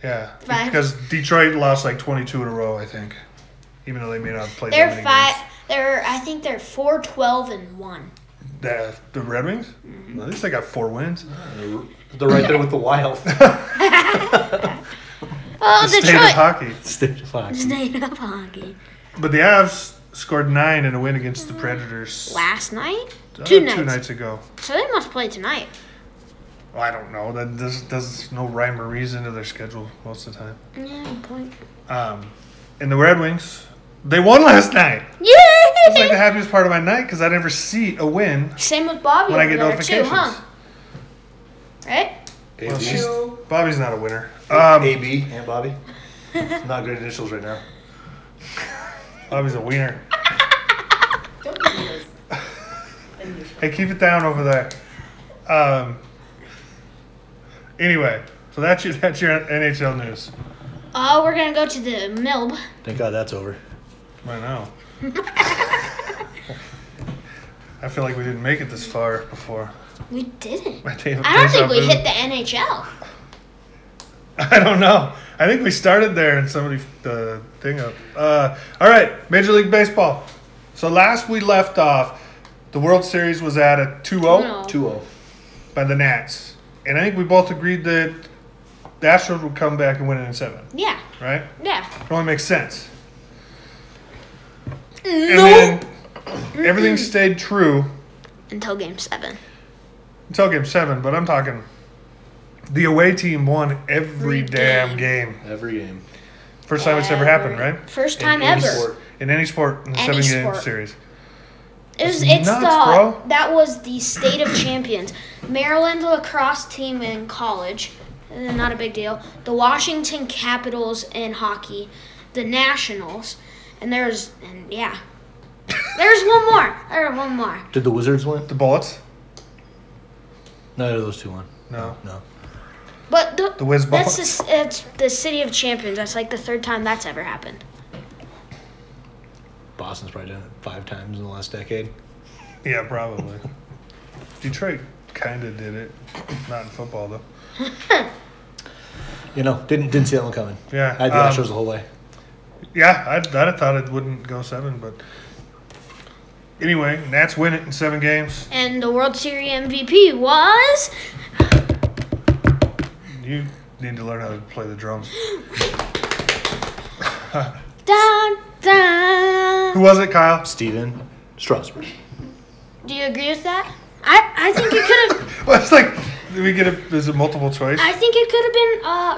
Speaker 3: Yeah.
Speaker 2: Five.
Speaker 3: Because Detroit lost like 22 in a row, I think. Even though they may not play
Speaker 2: They're
Speaker 3: that many
Speaker 2: five.
Speaker 3: games.
Speaker 2: They're I think they're four twelve and one.
Speaker 3: The, the Red Wings? At least they got four wins.
Speaker 4: They're right there with the Wild.
Speaker 2: Oh,
Speaker 3: State of
Speaker 2: Detroit.
Speaker 3: hockey.
Speaker 4: State of hockey.
Speaker 2: State of hockey.
Speaker 3: But the Avs scored nine in a win against the Predators
Speaker 2: Last night,
Speaker 3: uh,
Speaker 2: two nights.
Speaker 3: two nights ago.
Speaker 2: So they must play tonight.
Speaker 3: Well, I don't know. That there's, there's no rhyme or reason to their schedule most of the time.
Speaker 2: Yeah, point.
Speaker 3: Um, and the Red Wings, they won last night. It's like the
Speaker 2: Yeah.
Speaker 3: happiest part of my night because I never see a win
Speaker 2: Same with Bobby
Speaker 3: when I
Speaker 2: over
Speaker 3: get
Speaker 2: there too,
Speaker 3: notifications.
Speaker 2: huh? Right?
Speaker 3: Well, she's,
Speaker 4: AB.
Speaker 3: Bobby's not a winner. Um,
Speaker 4: AB and Bobby. Not great initials right now.
Speaker 3: Bobby's a wiener.
Speaker 5: Don't do this. Unusual.
Speaker 3: Hey, keep it down over there. Um, anyway, so that's your that's your NHL news.
Speaker 2: Oh, we're gonna go to the Milb.
Speaker 4: Thank God that's over.
Speaker 3: I know. I feel like we didn't make it this far before.
Speaker 2: We didn't.
Speaker 3: My day of
Speaker 2: I don't
Speaker 3: days
Speaker 2: think
Speaker 3: off
Speaker 2: we
Speaker 3: is-
Speaker 2: hit the NHL.
Speaker 3: I don't know. I think we started there and somebody f- the thing up. Uh, all right, Major League Baseball. So last we left off, the World Series was at a 2 0
Speaker 2: No.
Speaker 4: 2 0.
Speaker 3: by the Nats. And I think we both agreed that the Astros would come back and win it in seven,
Speaker 2: Yeah,
Speaker 3: right?
Speaker 2: yeah.
Speaker 3: It only makes sense. And
Speaker 2: No.
Speaker 3: then everything stayed true
Speaker 2: Until game seven.
Speaker 3: until game seven, but I'm talking the away team won every
Speaker 2: Every
Speaker 3: damn game.
Speaker 4: Every game.
Speaker 3: First time it's ever happened, right?
Speaker 2: First
Speaker 4: In
Speaker 2: time
Speaker 4: any
Speaker 2: ever.
Speaker 4: sport.
Speaker 3: In any sport in the
Speaker 2: Any
Speaker 3: seven game
Speaker 2: sport.
Speaker 3: series.
Speaker 2: It was,
Speaker 3: That's
Speaker 2: it's
Speaker 3: nuts,
Speaker 2: the
Speaker 3: bro.
Speaker 2: that was the state of champions. Maryland lacrosse team in college, eh, not a big deal. The Washington Capitals in hockey, the Nationals, and there's and yeah, there's one more. There's one more.
Speaker 4: Did the Wizards win?
Speaker 3: The Bullets?
Speaker 4: Neither of those two won.
Speaker 3: No.
Speaker 4: No.
Speaker 2: But the,
Speaker 3: The Whiz
Speaker 2: that's
Speaker 3: Bullets?
Speaker 2: the, s- it's the city of champions. That's like the third time that's ever happened.
Speaker 4: Boston's probably done it five times in the last decade.
Speaker 3: yeah, probably. Detroit kind of did it. Not in football, though.
Speaker 4: You know, didn't didn't see that one coming.
Speaker 3: Yeah.
Speaker 4: I had the
Speaker 3: um,
Speaker 4: Astros the whole way.
Speaker 3: Yeah, I'd, I'd have thought it wouldn't go seven, but anyway, Nats win it in seven games.
Speaker 2: And the World Series MVP was
Speaker 3: You need to learn how to play the drums.
Speaker 2: Dun, dun.
Speaker 3: Who was it, Kyle?
Speaker 4: Steven Strasberg.
Speaker 2: Do you agree with that? I, I think it could have
Speaker 3: Well, it's like, did we get a, is it multiple choice?
Speaker 2: I think it could have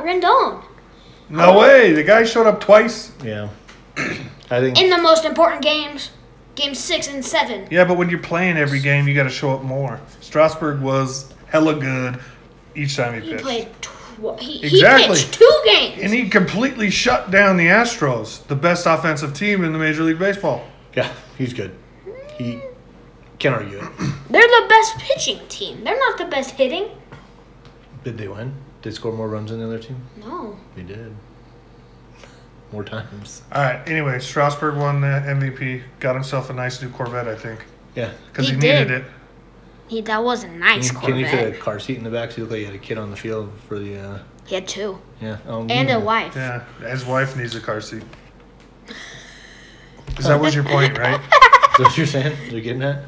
Speaker 2: been uh, Rendon
Speaker 3: No way. The guy showed up twice.
Speaker 4: Yeah. I think
Speaker 2: in the most important games, games six and seven.
Speaker 3: Yeah, but when you're playing every game, you got to show up more. Strasburg was hella good each time he
Speaker 2: He
Speaker 3: pitched.
Speaker 2: played. Tw- he, he
Speaker 3: Exactly.
Speaker 2: pitched two games.
Speaker 3: and he completely shut down the Astros, the best offensive team in the Major League Baseball.
Speaker 4: yeah, he's good. He can't argue it.
Speaker 2: They're the best pitching team. They're not the best hitting.
Speaker 4: Did they win? Did they score more runs than the other team?
Speaker 2: No.
Speaker 4: They did. More times.
Speaker 3: All right. Anyway, Strasburg won the MVP. Got himself a nice new Corvette, I think,
Speaker 4: Yeah.
Speaker 3: because he,
Speaker 2: He
Speaker 3: needed
Speaker 2: did.
Speaker 3: it.
Speaker 2: He, that was a nice
Speaker 4: Can, can you
Speaker 2: Corvette.
Speaker 4: fit a car seat in the back so you look like you had a kid on the field for the uh
Speaker 2: he had two.
Speaker 4: yeah. Um,
Speaker 2: And a wife.
Speaker 3: Yeah, his wife needs a car seat. Is that was your point, right?
Speaker 4: Is that what you're saying? You're getting at?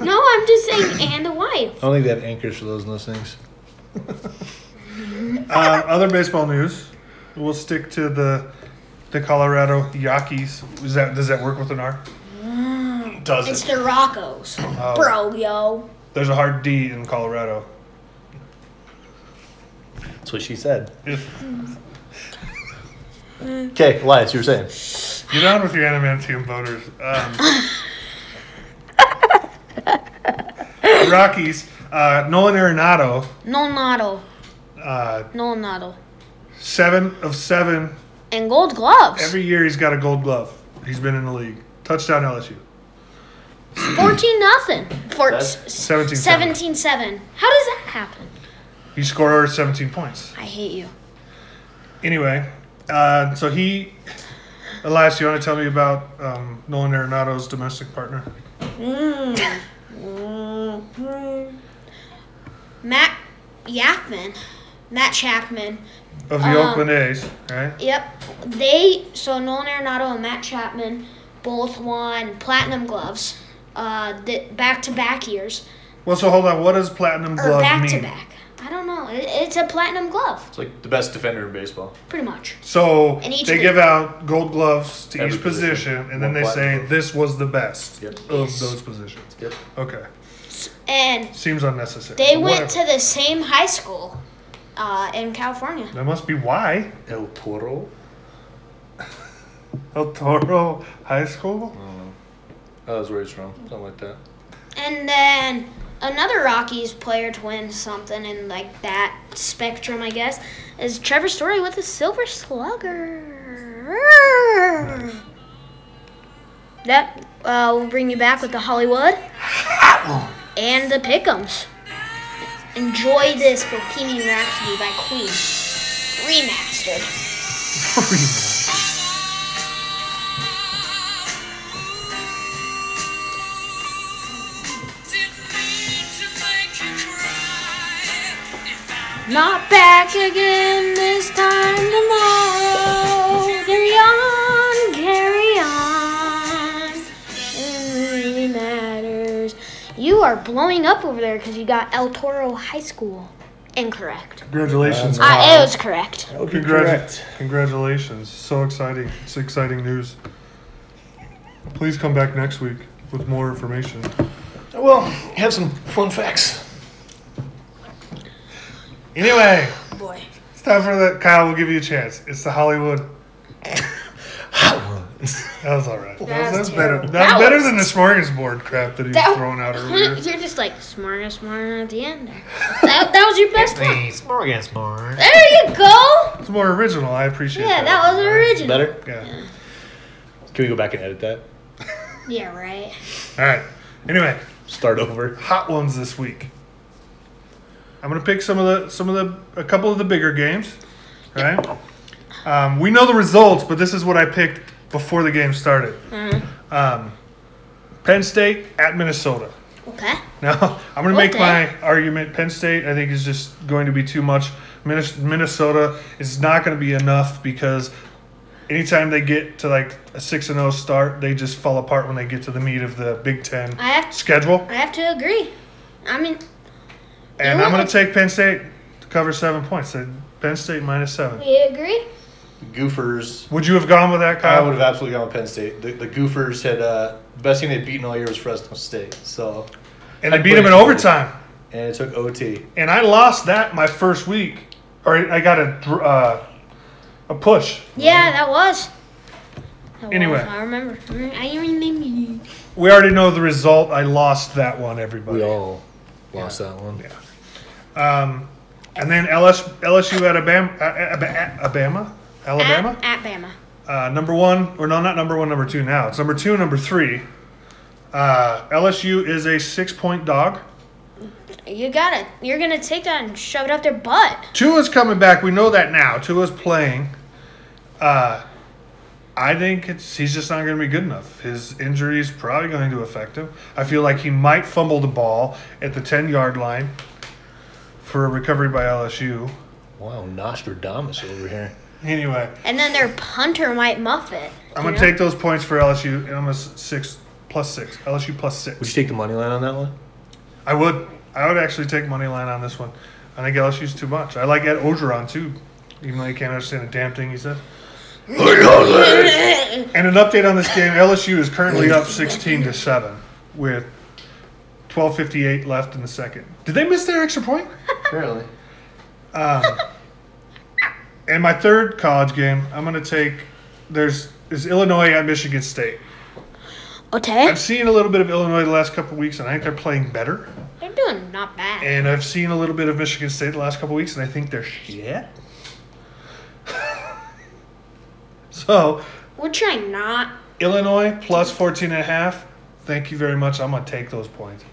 Speaker 2: no, I'm just saying, and a wife.
Speaker 4: I don't think they have anchors for those and those things.
Speaker 3: Uh, other baseball news. We'll stick to the the Colorado Yankees. Is that does that work with an R? Does
Speaker 2: It's the Rocco's.
Speaker 3: Oh.
Speaker 2: Bro, yo.
Speaker 3: There's a hard D in Colorado.
Speaker 4: That's what she said.
Speaker 3: If-
Speaker 4: Okay, Elias, you were saying.
Speaker 3: Get on with your adamantium voters. Um, Rockies. Uh, Nolan Arenado,
Speaker 2: No nado.
Speaker 3: uh,
Speaker 2: No nado.
Speaker 3: seven of seven.
Speaker 2: And gold gloves.
Speaker 3: Every year he's got a Gold Glove. He's been in the league. Touchdown LSU.
Speaker 2: 14 nothing. For
Speaker 4: That's
Speaker 2: s-
Speaker 3: 17
Speaker 2: 17 7. How does that happen?
Speaker 3: He scored 17 points.
Speaker 2: I hate you.
Speaker 3: Anyway, uh, so he, Elias, you want to tell me about um, Nolan Arenado's domestic partner?
Speaker 2: Uh, Matt Yapman. Matt Chapman.
Speaker 3: Of the
Speaker 2: Um,
Speaker 3: Oakland A's, right?
Speaker 2: Yep. They so Nolan Arenado and Matt Chapman both won platinum gloves. Uh, back to back years
Speaker 3: Well, so hold on. What does platinum
Speaker 2: or
Speaker 3: glove
Speaker 2: Oh, back to
Speaker 3: mean?
Speaker 2: back. I don't know. It, it's a platinum glove,
Speaker 6: It's like the best defender in baseball.
Speaker 2: pretty much.
Speaker 3: So
Speaker 2: And each
Speaker 3: they
Speaker 2: league.
Speaker 3: give out gold gloves to
Speaker 6: Every
Speaker 3: each position,
Speaker 6: position.
Speaker 3: and then
Speaker 6: One
Speaker 3: they say
Speaker 6: platinum glove.
Speaker 3: this was the best
Speaker 6: Yep.
Speaker 3: of those positions.
Speaker 6: Yep.
Speaker 3: Okay,
Speaker 2: And
Speaker 3: seems unnecessary.
Speaker 2: they
Speaker 3: What-
Speaker 2: went to the same high school uh, in California.
Speaker 3: That must be why
Speaker 4: El Toro?
Speaker 3: El Toro High School.
Speaker 4: Oh, that's where he's from. Something like that.
Speaker 2: And then another Rockies player to win something in like that spectrum, I guess, is Trevor Story with a silver slugger. That uh, will bring you back with the Hollywood and the Pickums. Enjoy this Bohemian Rhapsody by Queen, remastered.
Speaker 1: Didn't mean to make you cry. If I
Speaker 2: Not back again this time tomorrow. Carry on, carry on. It really matters. You are blowing up over there because you got El Toro High School. Incorrect.
Speaker 3: Congratulations!
Speaker 2: I, it was correct.
Speaker 4: Oh,
Speaker 3: Congratu- Congratulations. So exciting. It's exciting news. Please come back next week with more information.
Speaker 4: Well, have some fun facts.
Speaker 3: Anyway,
Speaker 2: Boy.
Speaker 3: it's time for the Kyle will give you a chance. It's the Hollywood. That was all right. That,
Speaker 2: That
Speaker 3: was,
Speaker 2: was
Speaker 3: that's better.
Speaker 2: terrible.
Speaker 3: That, was
Speaker 2: That
Speaker 3: better
Speaker 2: was-
Speaker 3: than the smorgasbord crap that he was
Speaker 2: That-
Speaker 3: throwing out earlier.
Speaker 2: You're just like smarter, smarter at the end. there. That, that was your best one. There you go.
Speaker 3: It's more original. I appreciate
Speaker 2: Yeah,
Speaker 3: that.
Speaker 2: that was original.
Speaker 4: Better?
Speaker 3: Yeah.
Speaker 4: Can we go back and edit that?
Speaker 2: Yeah, right.
Speaker 3: All right. Anyway,
Speaker 4: Start over.
Speaker 3: hot ones this week. I'm gonna pick some of the some of the a couple of the bigger games, right? Um, we know the results, but this is what I picked before the game started.
Speaker 2: Mm-hmm.
Speaker 3: Um, Penn State at Minnesota.
Speaker 2: Okay.
Speaker 3: Now I'm gonna make
Speaker 2: Okay.
Speaker 3: my argument. Penn State, I think, is just going to be too much. Minis- Minnesota is not going to be enough because anytime they get to like a six and zero start, they just fall apart when they get to the meat of the Big Ten
Speaker 2: I have
Speaker 3: schedule.
Speaker 2: I have to agree. I mean,
Speaker 3: And I'm going to take Penn State to cover seven points. I- Penn State minus seven.
Speaker 2: You agree?
Speaker 4: Goofers.
Speaker 3: Would you have gone with that,
Speaker 4: I
Speaker 3: Kyle?
Speaker 4: would have absolutely gone with Penn State. The, the Goofers had uh, the best team they'd beaten all year was Fresno State. So
Speaker 3: and I beat him in overtime.
Speaker 4: and it took OT.
Speaker 3: And I lost that my first week, or I got a dr- uh, a push.
Speaker 2: Yeah, that was. That was,
Speaker 3: Anyway.
Speaker 2: I remember. I remember.
Speaker 3: We already know the result. I lost that one, everybody.
Speaker 4: all lost that one. Yeah.
Speaker 3: Um, and then LS, LSU at Alabama, uh, Alabama, Alabama,
Speaker 2: At, at Bama.
Speaker 3: uh, number one, or no, not number one, number two. Now it's number two, number three. Uh, LSU is a six-point dog.
Speaker 2: You got it. You're gonna take that and shove it up their butt.
Speaker 3: Tua's coming back. We know that now. Tua's playing. Uh, I think it's he's just not going to be good enough. His injury is probably going to affect him. I feel like he might fumble the ball at the ten yard line for a recovery by LSU.
Speaker 4: Wow, Nostradamus over here.
Speaker 3: Anyway,
Speaker 2: And then their punter might muff it. you
Speaker 3: I'm going to
Speaker 2: know?
Speaker 3: take those points for LSU, and I'm going to six plus six. LSU plus
Speaker 4: Would you
Speaker 3: six.
Speaker 4: take the money line on that one?
Speaker 3: I would. I would actually take money line on this one. I think LSU's too much. I like Ed Ogeron too, even though he can't understand a damn thing he said. And an update on this game: LSU is currently up sixteen to seven with twelve fifty eight left in the second. Did they miss their extra point?
Speaker 4: Apparently.
Speaker 3: Um, and my third college game, I'm going to take. There's is Illinois at Michigan State.
Speaker 2: okay.
Speaker 3: I've seen a little bit of Illinois the last couple weeks, and I think they're playing better.
Speaker 2: They're doing not bad.
Speaker 3: And I've seen a little bit of Michigan State the last couple weeks, and I think they're shit.
Speaker 4: Yeah.
Speaker 3: So
Speaker 2: We're trying not.
Speaker 3: Illinois plus 14 and a half. Thank you very much. I'm going to take those points.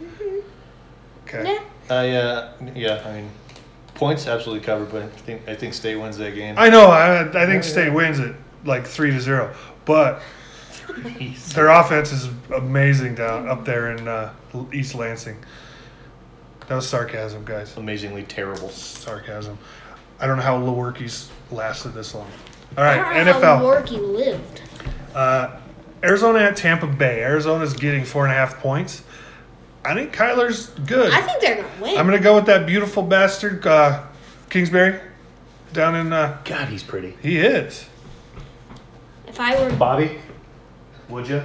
Speaker 3: Okay.
Speaker 2: Yeah.
Speaker 4: I uh, yeah. I mean, points absolutely covered, but I think I think State wins that game.
Speaker 3: I know. I, I think State wins it like three to zero, but their offense is amazing down up there in uh, East Lansing. That was sarcasm, guys.
Speaker 4: Amazingly terrible.
Speaker 3: Sarcasm. I don't know how Lewerke's lasted this long. All
Speaker 2: I
Speaker 3: right,
Speaker 2: don't know how
Speaker 3: NFL.
Speaker 2: Yorkie lived.
Speaker 3: Uh, Arizona at Tampa Bay. Arizona's getting four and a half points. I think Kyler's good.
Speaker 2: I think they're gonna win.
Speaker 3: I'm gonna go with that beautiful bastard uh, Kingsbury down in. Uh,
Speaker 4: God, he's pretty.
Speaker 3: he is.
Speaker 2: if I were
Speaker 4: Bobby, would you?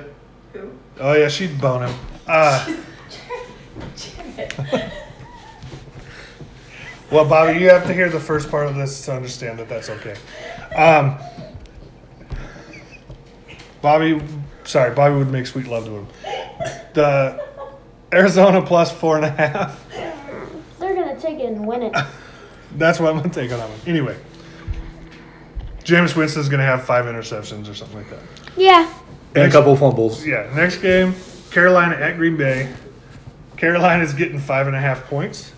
Speaker 5: Who?
Speaker 3: Oh yeah, she'd bone him. Uh,
Speaker 5: Jared.
Speaker 3: Well, Bobby, you have to hear the first part of this to understand that that's okay. Um, Bobby, sorry, Bobby would make sweet love to him. The Arizona plus four and a half.
Speaker 2: they're gonna take it and win it.
Speaker 3: That's what I'm going to take on that one. Anyway, James Winston's going to have five interceptions or something like that.
Speaker 2: yeah.
Speaker 4: And a couple fumbles.
Speaker 3: Yeah, next game Carolina at Green Bay. Carolina's getting five and a half points.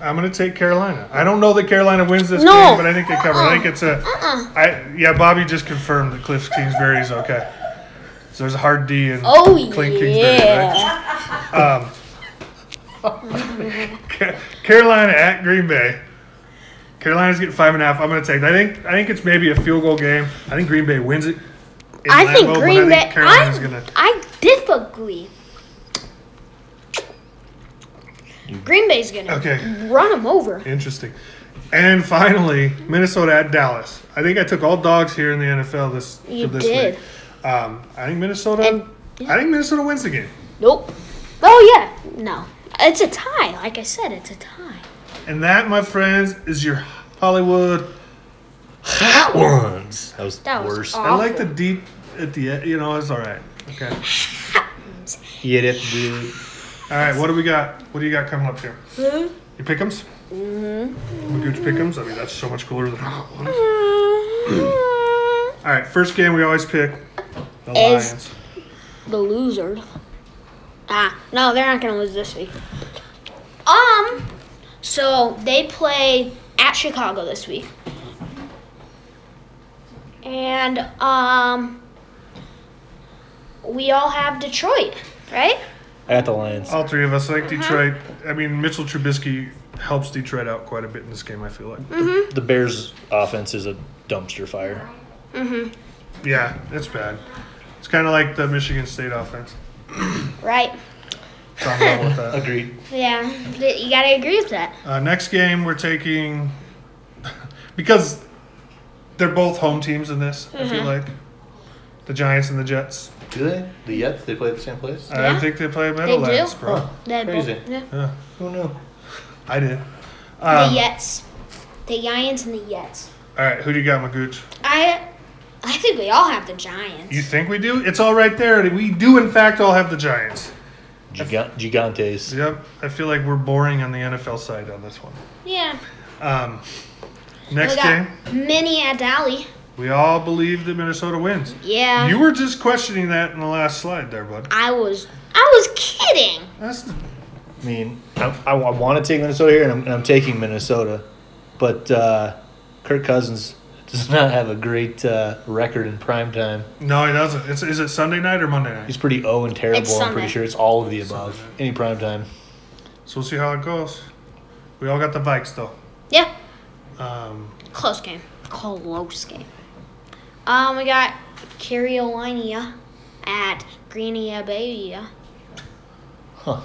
Speaker 3: I'm going to take Carolina. I don't know that Carolina wins this
Speaker 2: No.
Speaker 3: game, but I think they cover. I think it's a.
Speaker 2: Uh-uh.
Speaker 3: I, yeah, Bobby just confirmed that Cliff Kingsbury is okay. So there's a hard D in
Speaker 2: Oh
Speaker 3: Clint Kingsbury. Right?
Speaker 2: yeah.
Speaker 3: Um, Ca- Carolina at Green Bay. Carolina's getting five and a half. I'm going to take. that. I think. I think it's maybe a field goal game. I think Green Bay wins it. in
Speaker 2: I think
Speaker 3: Lambeau, but
Speaker 2: Green Bay.
Speaker 3: Carolina's
Speaker 2: I,
Speaker 3: gonna.
Speaker 2: I disagree. Green Bay's
Speaker 3: Oh.
Speaker 2: gonna
Speaker 3: Okay.
Speaker 2: run them over.
Speaker 3: Interesting. And finally, Minnesota at Dallas. I think I took all dogs here in the NFL this for
Speaker 2: You
Speaker 3: this
Speaker 2: did.
Speaker 3: week. Um, I think Minnesota.
Speaker 2: And-
Speaker 3: I think Minnesota wins the game.
Speaker 2: Nope. Oh yeah. No. It's a tie. Like I said, it's a tie.
Speaker 3: And that, my friends, is your Hollywood.
Speaker 4: Hot ones. That was
Speaker 2: That was
Speaker 4: worse.
Speaker 3: I like the deep at the end. You know, it's all right. Okay. All
Speaker 4: Get it, dude.
Speaker 3: right. What do we got? What do you got coming up here?
Speaker 2: Hmm?
Speaker 3: You pickums? Mm-hmm. Gooch pickums. I mean, that's so much cooler than hot ones. All right, first game we always pick the
Speaker 2: Is-
Speaker 3: Lions.
Speaker 2: the losers. Ah, no, they're not gonna lose this week. Um, so they play at Chicago this week, and um, we all have Detroit, right?
Speaker 4: I got the Lions.
Speaker 3: All three of us like
Speaker 2: Uh-huh.
Speaker 3: Detroit. I mean, Mitchell Trubisky helps Detroit out quite a bit in this game. I feel like.
Speaker 2: Mm.
Speaker 4: The Bears' offense is a dumpster fire.
Speaker 3: Yeah, it's bad. It's kind of like the Michigan State offense.
Speaker 2: Right.
Speaker 3: So I'm level with that.
Speaker 4: Agreed.
Speaker 2: Yeah, you gotta agree with that.
Speaker 3: Uh, next game we're taking because they're both home teams in this. I feel
Speaker 2: Mhm.
Speaker 3: like the Giants and the Jets.
Speaker 4: Do they? The Jets? They play at the same place?
Speaker 3: I
Speaker 2: Yeah.
Speaker 3: think they play Meadowlands,
Speaker 2: do.
Speaker 3: bro.
Speaker 4: Huh.
Speaker 2: That bo-
Speaker 4: Crazy.
Speaker 2: yeah.
Speaker 3: Yeah,
Speaker 4: Who knew?
Speaker 3: I did.
Speaker 2: the
Speaker 3: Um,
Speaker 2: Yets, the Giants, and the Yets.
Speaker 3: all right, who do you got, Magooch?
Speaker 2: I, I think we all have the Giants.
Speaker 3: You think we do? It's all right there. We do, in fact, all have the Giants.
Speaker 4: Giga- Gigantes.
Speaker 3: Yep. I feel like we're boring on the NFL side on this one.
Speaker 2: yeah.
Speaker 3: Um,
Speaker 2: And
Speaker 3: next
Speaker 2: we got
Speaker 3: game,
Speaker 2: Minnie Adali.
Speaker 3: we all believe that Minnesota wins.
Speaker 2: Yeah.
Speaker 3: You were just questioning that in the last slide there, bud.
Speaker 2: I was, I was kidding.
Speaker 3: That's
Speaker 4: I mean, I, I, want to take Minnesota here, and I'm, and I'm taking Minnesota, but uh, Kirk Cousins does not have a great uh, record in prime time.
Speaker 3: No, it doesn't. It's, is it Sunday night or Monday night?
Speaker 4: He's pretty oh and terrible.
Speaker 2: It's
Speaker 4: I'm
Speaker 2: Sunday.
Speaker 4: pretty sure it's all of the above. Any prime time.
Speaker 3: So we'll see how it goes. We all got the Vikes though.
Speaker 2: Yeah.
Speaker 3: Um,
Speaker 2: Close game. Close game. Um, we got Carolina at Greenia Bay.
Speaker 4: Huh.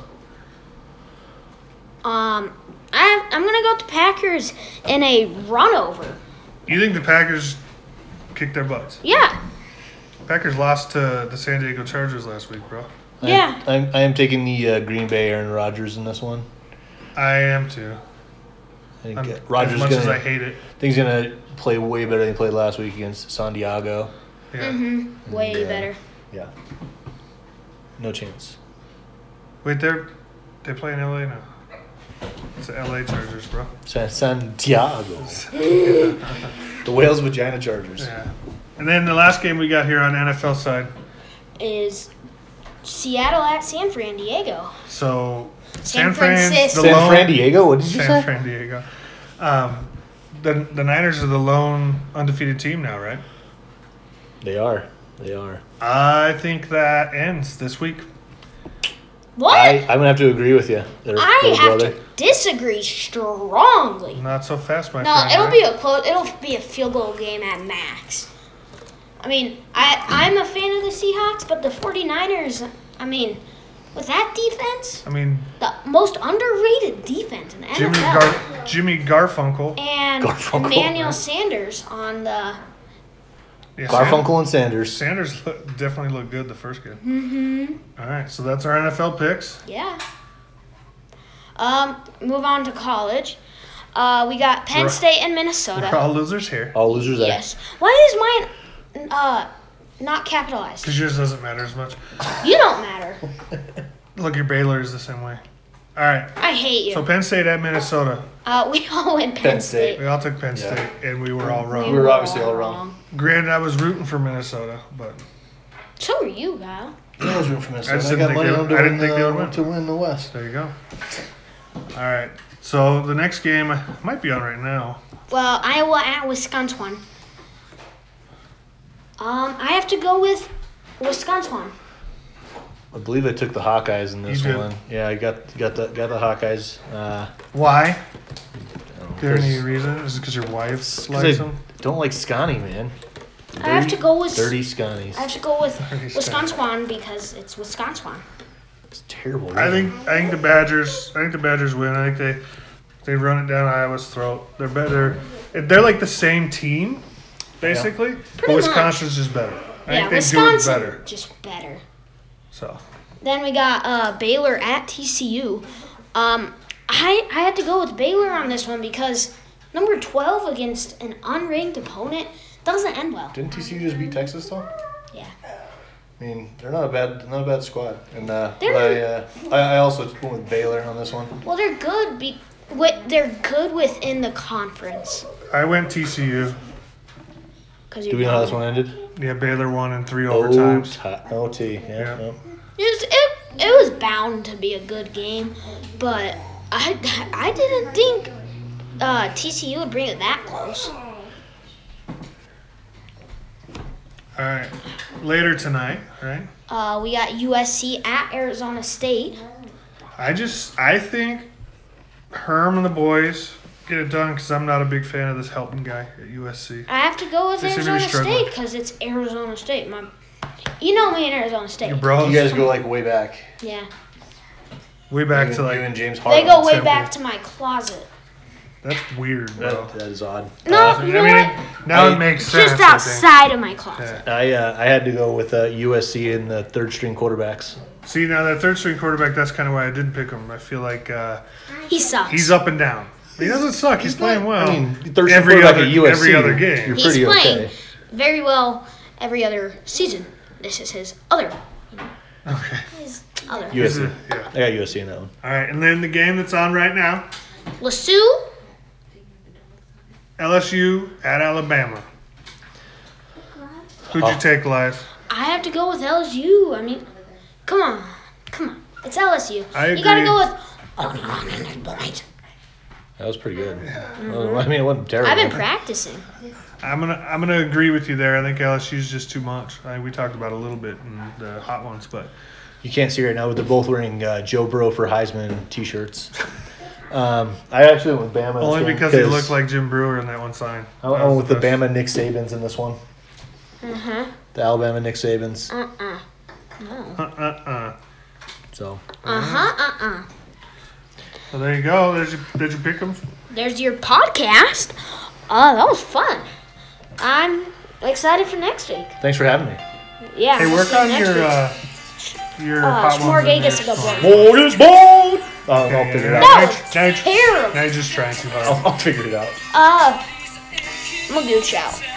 Speaker 2: Um, I, I'm gonna go with the Packers in a run over.
Speaker 3: you think the Packers kicked their butts?
Speaker 2: Yeah.
Speaker 3: Packers lost to the San Diego Chargers last week, bro.
Speaker 4: I am-
Speaker 2: Yeah.
Speaker 4: I'm, I am taking the uh, Green Bay Aaron Rodgers in this one.
Speaker 3: I am too.
Speaker 4: I think
Speaker 3: I'm-
Speaker 4: uh, Rodgers
Speaker 3: Um, as much
Speaker 4: gonna,
Speaker 3: as I hate it.
Speaker 4: I think he's gonna play way better than he played last week against San Diego.
Speaker 3: Yeah.
Speaker 2: Mm-hmm. Way
Speaker 4: Yeah.
Speaker 2: better.
Speaker 4: Yeah. No chance.
Speaker 3: Wait, they're they play in LA now. It's the LA Chargers, bro.
Speaker 4: San Santiago. the whale's vagina chargers.
Speaker 3: Yeah. And then the last game we got here on NFL side.
Speaker 2: Is Seattle at San Fran Diego?
Speaker 3: So
Speaker 2: San
Speaker 3: Fran's
Speaker 2: Francisco.
Speaker 3: the
Speaker 4: San
Speaker 3: lone-
Speaker 4: Fran Diego. What did you
Speaker 3: San
Speaker 4: say?
Speaker 3: Fran Diego. Um, the the Niners are the lone undefeated team now, right?
Speaker 4: They are. They are.
Speaker 3: I think that ends this week.
Speaker 2: What?
Speaker 4: I,
Speaker 2: I,
Speaker 4: I'm gonna have to agree with you. There, little
Speaker 2: have
Speaker 4: brother.
Speaker 2: to disagree strongly.
Speaker 3: Not so fast, my
Speaker 2: No,
Speaker 3: friend.
Speaker 2: it'll
Speaker 3: Mm-hmm. right?
Speaker 2: be a close. It'll be a field goal game at max. I mean, I I'm a fan of the Seahawks, but the 49ers. I mean, with that defense,
Speaker 3: I mean,
Speaker 2: the most underrated defense in the NFL.
Speaker 3: Jimmy Gar- Jimmy Garfunkel.
Speaker 2: and
Speaker 4: Garfunkel,
Speaker 2: Emmanuel
Speaker 4: right?
Speaker 2: Sanders on the
Speaker 3: Yeah, Sand-
Speaker 4: Garfunkel and Sanders.
Speaker 3: Sanders look, definitely looked good the first game.
Speaker 2: mm-hmm.
Speaker 3: All right, so that's our NFL picks.
Speaker 2: yeah. Um, move on to college. Uh, we got Penn
Speaker 3: We're-
Speaker 2: State and
Speaker 3: We're
Speaker 2: Minnesota.
Speaker 3: all losers here.
Speaker 4: All losers there.
Speaker 2: Yes. Why is mine uh not capitalized?
Speaker 3: Because yours doesn't matter as much.
Speaker 2: You don't matter.
Speaker 3: Look, your Baylor is the same way. All right,
Speaker 2: I hate you.
Speaker 3: so Penn State at Minnesota.
Speaker 2: Uh, we all went Penn,
Speaker 4: Penn State.
Speaker 2: State.
Speaker 3: We all took Penn State, and we were all wrong.
Speaker 4: were obviously all wrong.
Speaker 3: Granted, I was rooting for Minnesota, but
Speaker 2: So were you, Kyle.
Speaker 4: I was rooting for Minnesota.
Speaker 3: I just didn't think they would- I didn't think they would win.
Speaker 4: to win the West.
Speaker 3: there you go. All right, so the next game might be on right now.
Speaker 2: Well, Iowa at Wisconsin. Um, I have to go with Wisconsin.
Speaker 4: I believe I took the Hawkeyes in this
Speaker 3: You did.
Speaker 4: one. Yeah, I got got the got the Hawkeyes. Uh,
Speaker 3: Why? Is there any
Speaker 4: Because
Speaker 3: reason? Is it because your wife likes
Speaker 4: I
Speaker 3: them?
Speaker 4: don't like Scotty, man.
Speaker 2: I have to go with. I
Speaker 4: Dirty
Speaker 2: have
Speaker 4: Scotties.
Speaker 2: to go with
Speaker 3: Dirty Scots.
Speaker 2: Wisconsin because it's Wisconsin.
Speaker 4: It's terrible.
Speaker 3: I
Speaker 4: really.
Speaker 3: think I think the Badgers. I think the Badgers win. I think they they run it down Iowa's throat. They're better. They're like the same team, basically.
Speaker 2: Pretty
Speaker 3: but Wisconsin's just better. I
Speaker 2: yeah,
Speaker 3: think they
Speaker 2: Wisconsin
Speaker 3: do it better.
Speaker 2: just better.
Speaker 3: So
Speaker 2: Then we got uh, Baylor at TCU. Um, I I had to go with Baylor on this one because number twelve against an unranked opponent doesn't end well.
Speaker 4: Didn't TCU just beat Texas though?
Speaker 2: Yeah.
Speaker 4: I mean, they're not a bad not a bad squad. And uh,
Speaker 2: They're-
Speaker 4: I, uh, I I also went with Baylor on this one.
Speaker 2: Well, they're good. Be what they're good within the conference.
Speaker 3: I went TCU.
Speaker 2: Cause
Speaker 4: Do we know how this one ended?
Speaker 3: Yeah, Baylor won in three
Speaker 4: Oh.
Speaker 3: overtimes.
Speaker 4: OT. Yeah.
Speaker 3: Yeah.
Speaker 2: It was, it, it was bound to be a good game, but I I didn't think uh, TCU would bring it that close.
Speaker 3: All right, later tonight. All right.
Speaker 2: Uh, we got USC at Arizona State.
Speaker 3: I just I think Herm and the boys get it done because I'm not a big fan of this Helton guy at USC.
Speaker 2: I have to go with
Speaker 3: They seem to be
Speaker 2: Arizona
Speaker 3: struggling.
Speaker 2: State because it's Arizona State. My, you know me in Arizona State.
Speaker 3: Your bros.
Speaker 4: You guys go like way back.
Speaker 2: Yeah.
Speaker 3: Way back
Speaker 4: you,
Speaker 3: to like
Speaker 4: you and James Harden.
Speaker 2: They go way
Speaker 3: Simple.
Speaker 2: back to my closet.
Speaker 3: that's weird, bro.
Speaker 4: That, that is odd.
Speaker 2: No,
Speaker 4: Uh,
Speaker 3: I
Speaker 2: you
Speaker 3: mean,
Speaker 2: know what?
Speaker 3: now it
Speaker 4: I-
Speaker 3: makes sense.
Speaker 2: Just
Speaker 3: I think.
Speaker 2: outside of my closet.
Speaker 4: I uh, I had to go with uh, USC and the third string quarterbacks.
Speaker 3: See, now that third string quarterback, that's kind of why I didn't pick him. I feel like uh,
Speaker 2: He sucks.
Speaker 3: he's up and down. He doesn't suck. He's, playing well.
Speaker 4: I mean, third string
Speaker 3: Every
Speaker 4: quarterback
Speaker 3: other-
Speaker 4: at USC.
Speaker 3: every other game.
Speaker 4: You're
Speaker 2: He's
Speaker 4: pretty
Speaker 2: playing
Speaker 4: okay.
Speaker 2: very well every other season. This is his other.
Speaker 3: okay.
Speaker 2: His other.
Speaker 4: USC.
Speaker 3: Yeah.
Speaker 4: I got USC in that one.
Speaker 3: All right, and then the game that's on right now:
Speaker 2: Lasso.
Speaker 3: LSU at Alabama. Who'd you
Speaker 4: Oh.
Speaker 3: take, Lies?
Speaker 2: I have to go with LSU. I mean, come on, come on. It's LSU.
Speaker 3: I
Speaker 2: You gotta
Speaker 3: agree.
Speaker 2: go with. Oh, Only one hundred points.
Speaker 4: That was pretty good. Oh, Well, I mean, it wasn't terrible.
Speaker 2: I've been practicing.
Speaker 3: I'm gonna I'm gonna agree with you there. I think LSU's just too much. I, we talked about it a little bit in the hot ones, but
Speaker 4: You can't see right now, but they're both wearing uh, Joe Burrow for Heisman t-shirts. Um, I actually went with Bama. in this
Speaker 3: only
Speaker 4: game
Speaker 3: because he looked like Jim Brewer in that one sign.
Speaker 4: I went- I went Oh, with the Bama Nick Sabans in this one.
Speaker 2: Uh huh.
Speaker 4: The Alabama Nick Sabans.
Speaker 2: Uh uh. No.
Speaker 3: Uh uh uh.
Speaker 4: So
Speaker 2: Uh huh. Uh uh.
Speaker 3: So there you go. There's your, did you pick him?
Speaker 2: There's your podcast. Oh, that was fun. I'm excited for next week.
Speaker 4: thanks for having me.
Speaker 2: Yeah.
Speaker 3: Hey, work
Speaker 2: see you
Speaker 3: on
Speaker 2: next
Speaker 3: your
Speaker 2: week.
Speaker 3: uh, your
Speaker 2: Uh,
Speaker 3: hot ones. in
Speaker 2: Smorgasbord.
Speaker 3: there.
Speaker 4: Board is board. I'll, I'll
Speaker 3: Yeah,
Speaker 4: figure
Speaker 3: yeah,
Speaker 4: it
Speaker 3: yeah.
Speaker 4: out. Oh.
Speaker 2: No,
Speaker 3: Now you're- now you're-
Speaker 2: terrible.
Speaker 3: Now you're just trying too hard.
Speaker 4: I'll, I'll figure it out.
Speaker 2: Uh, I'm gonna gooch out.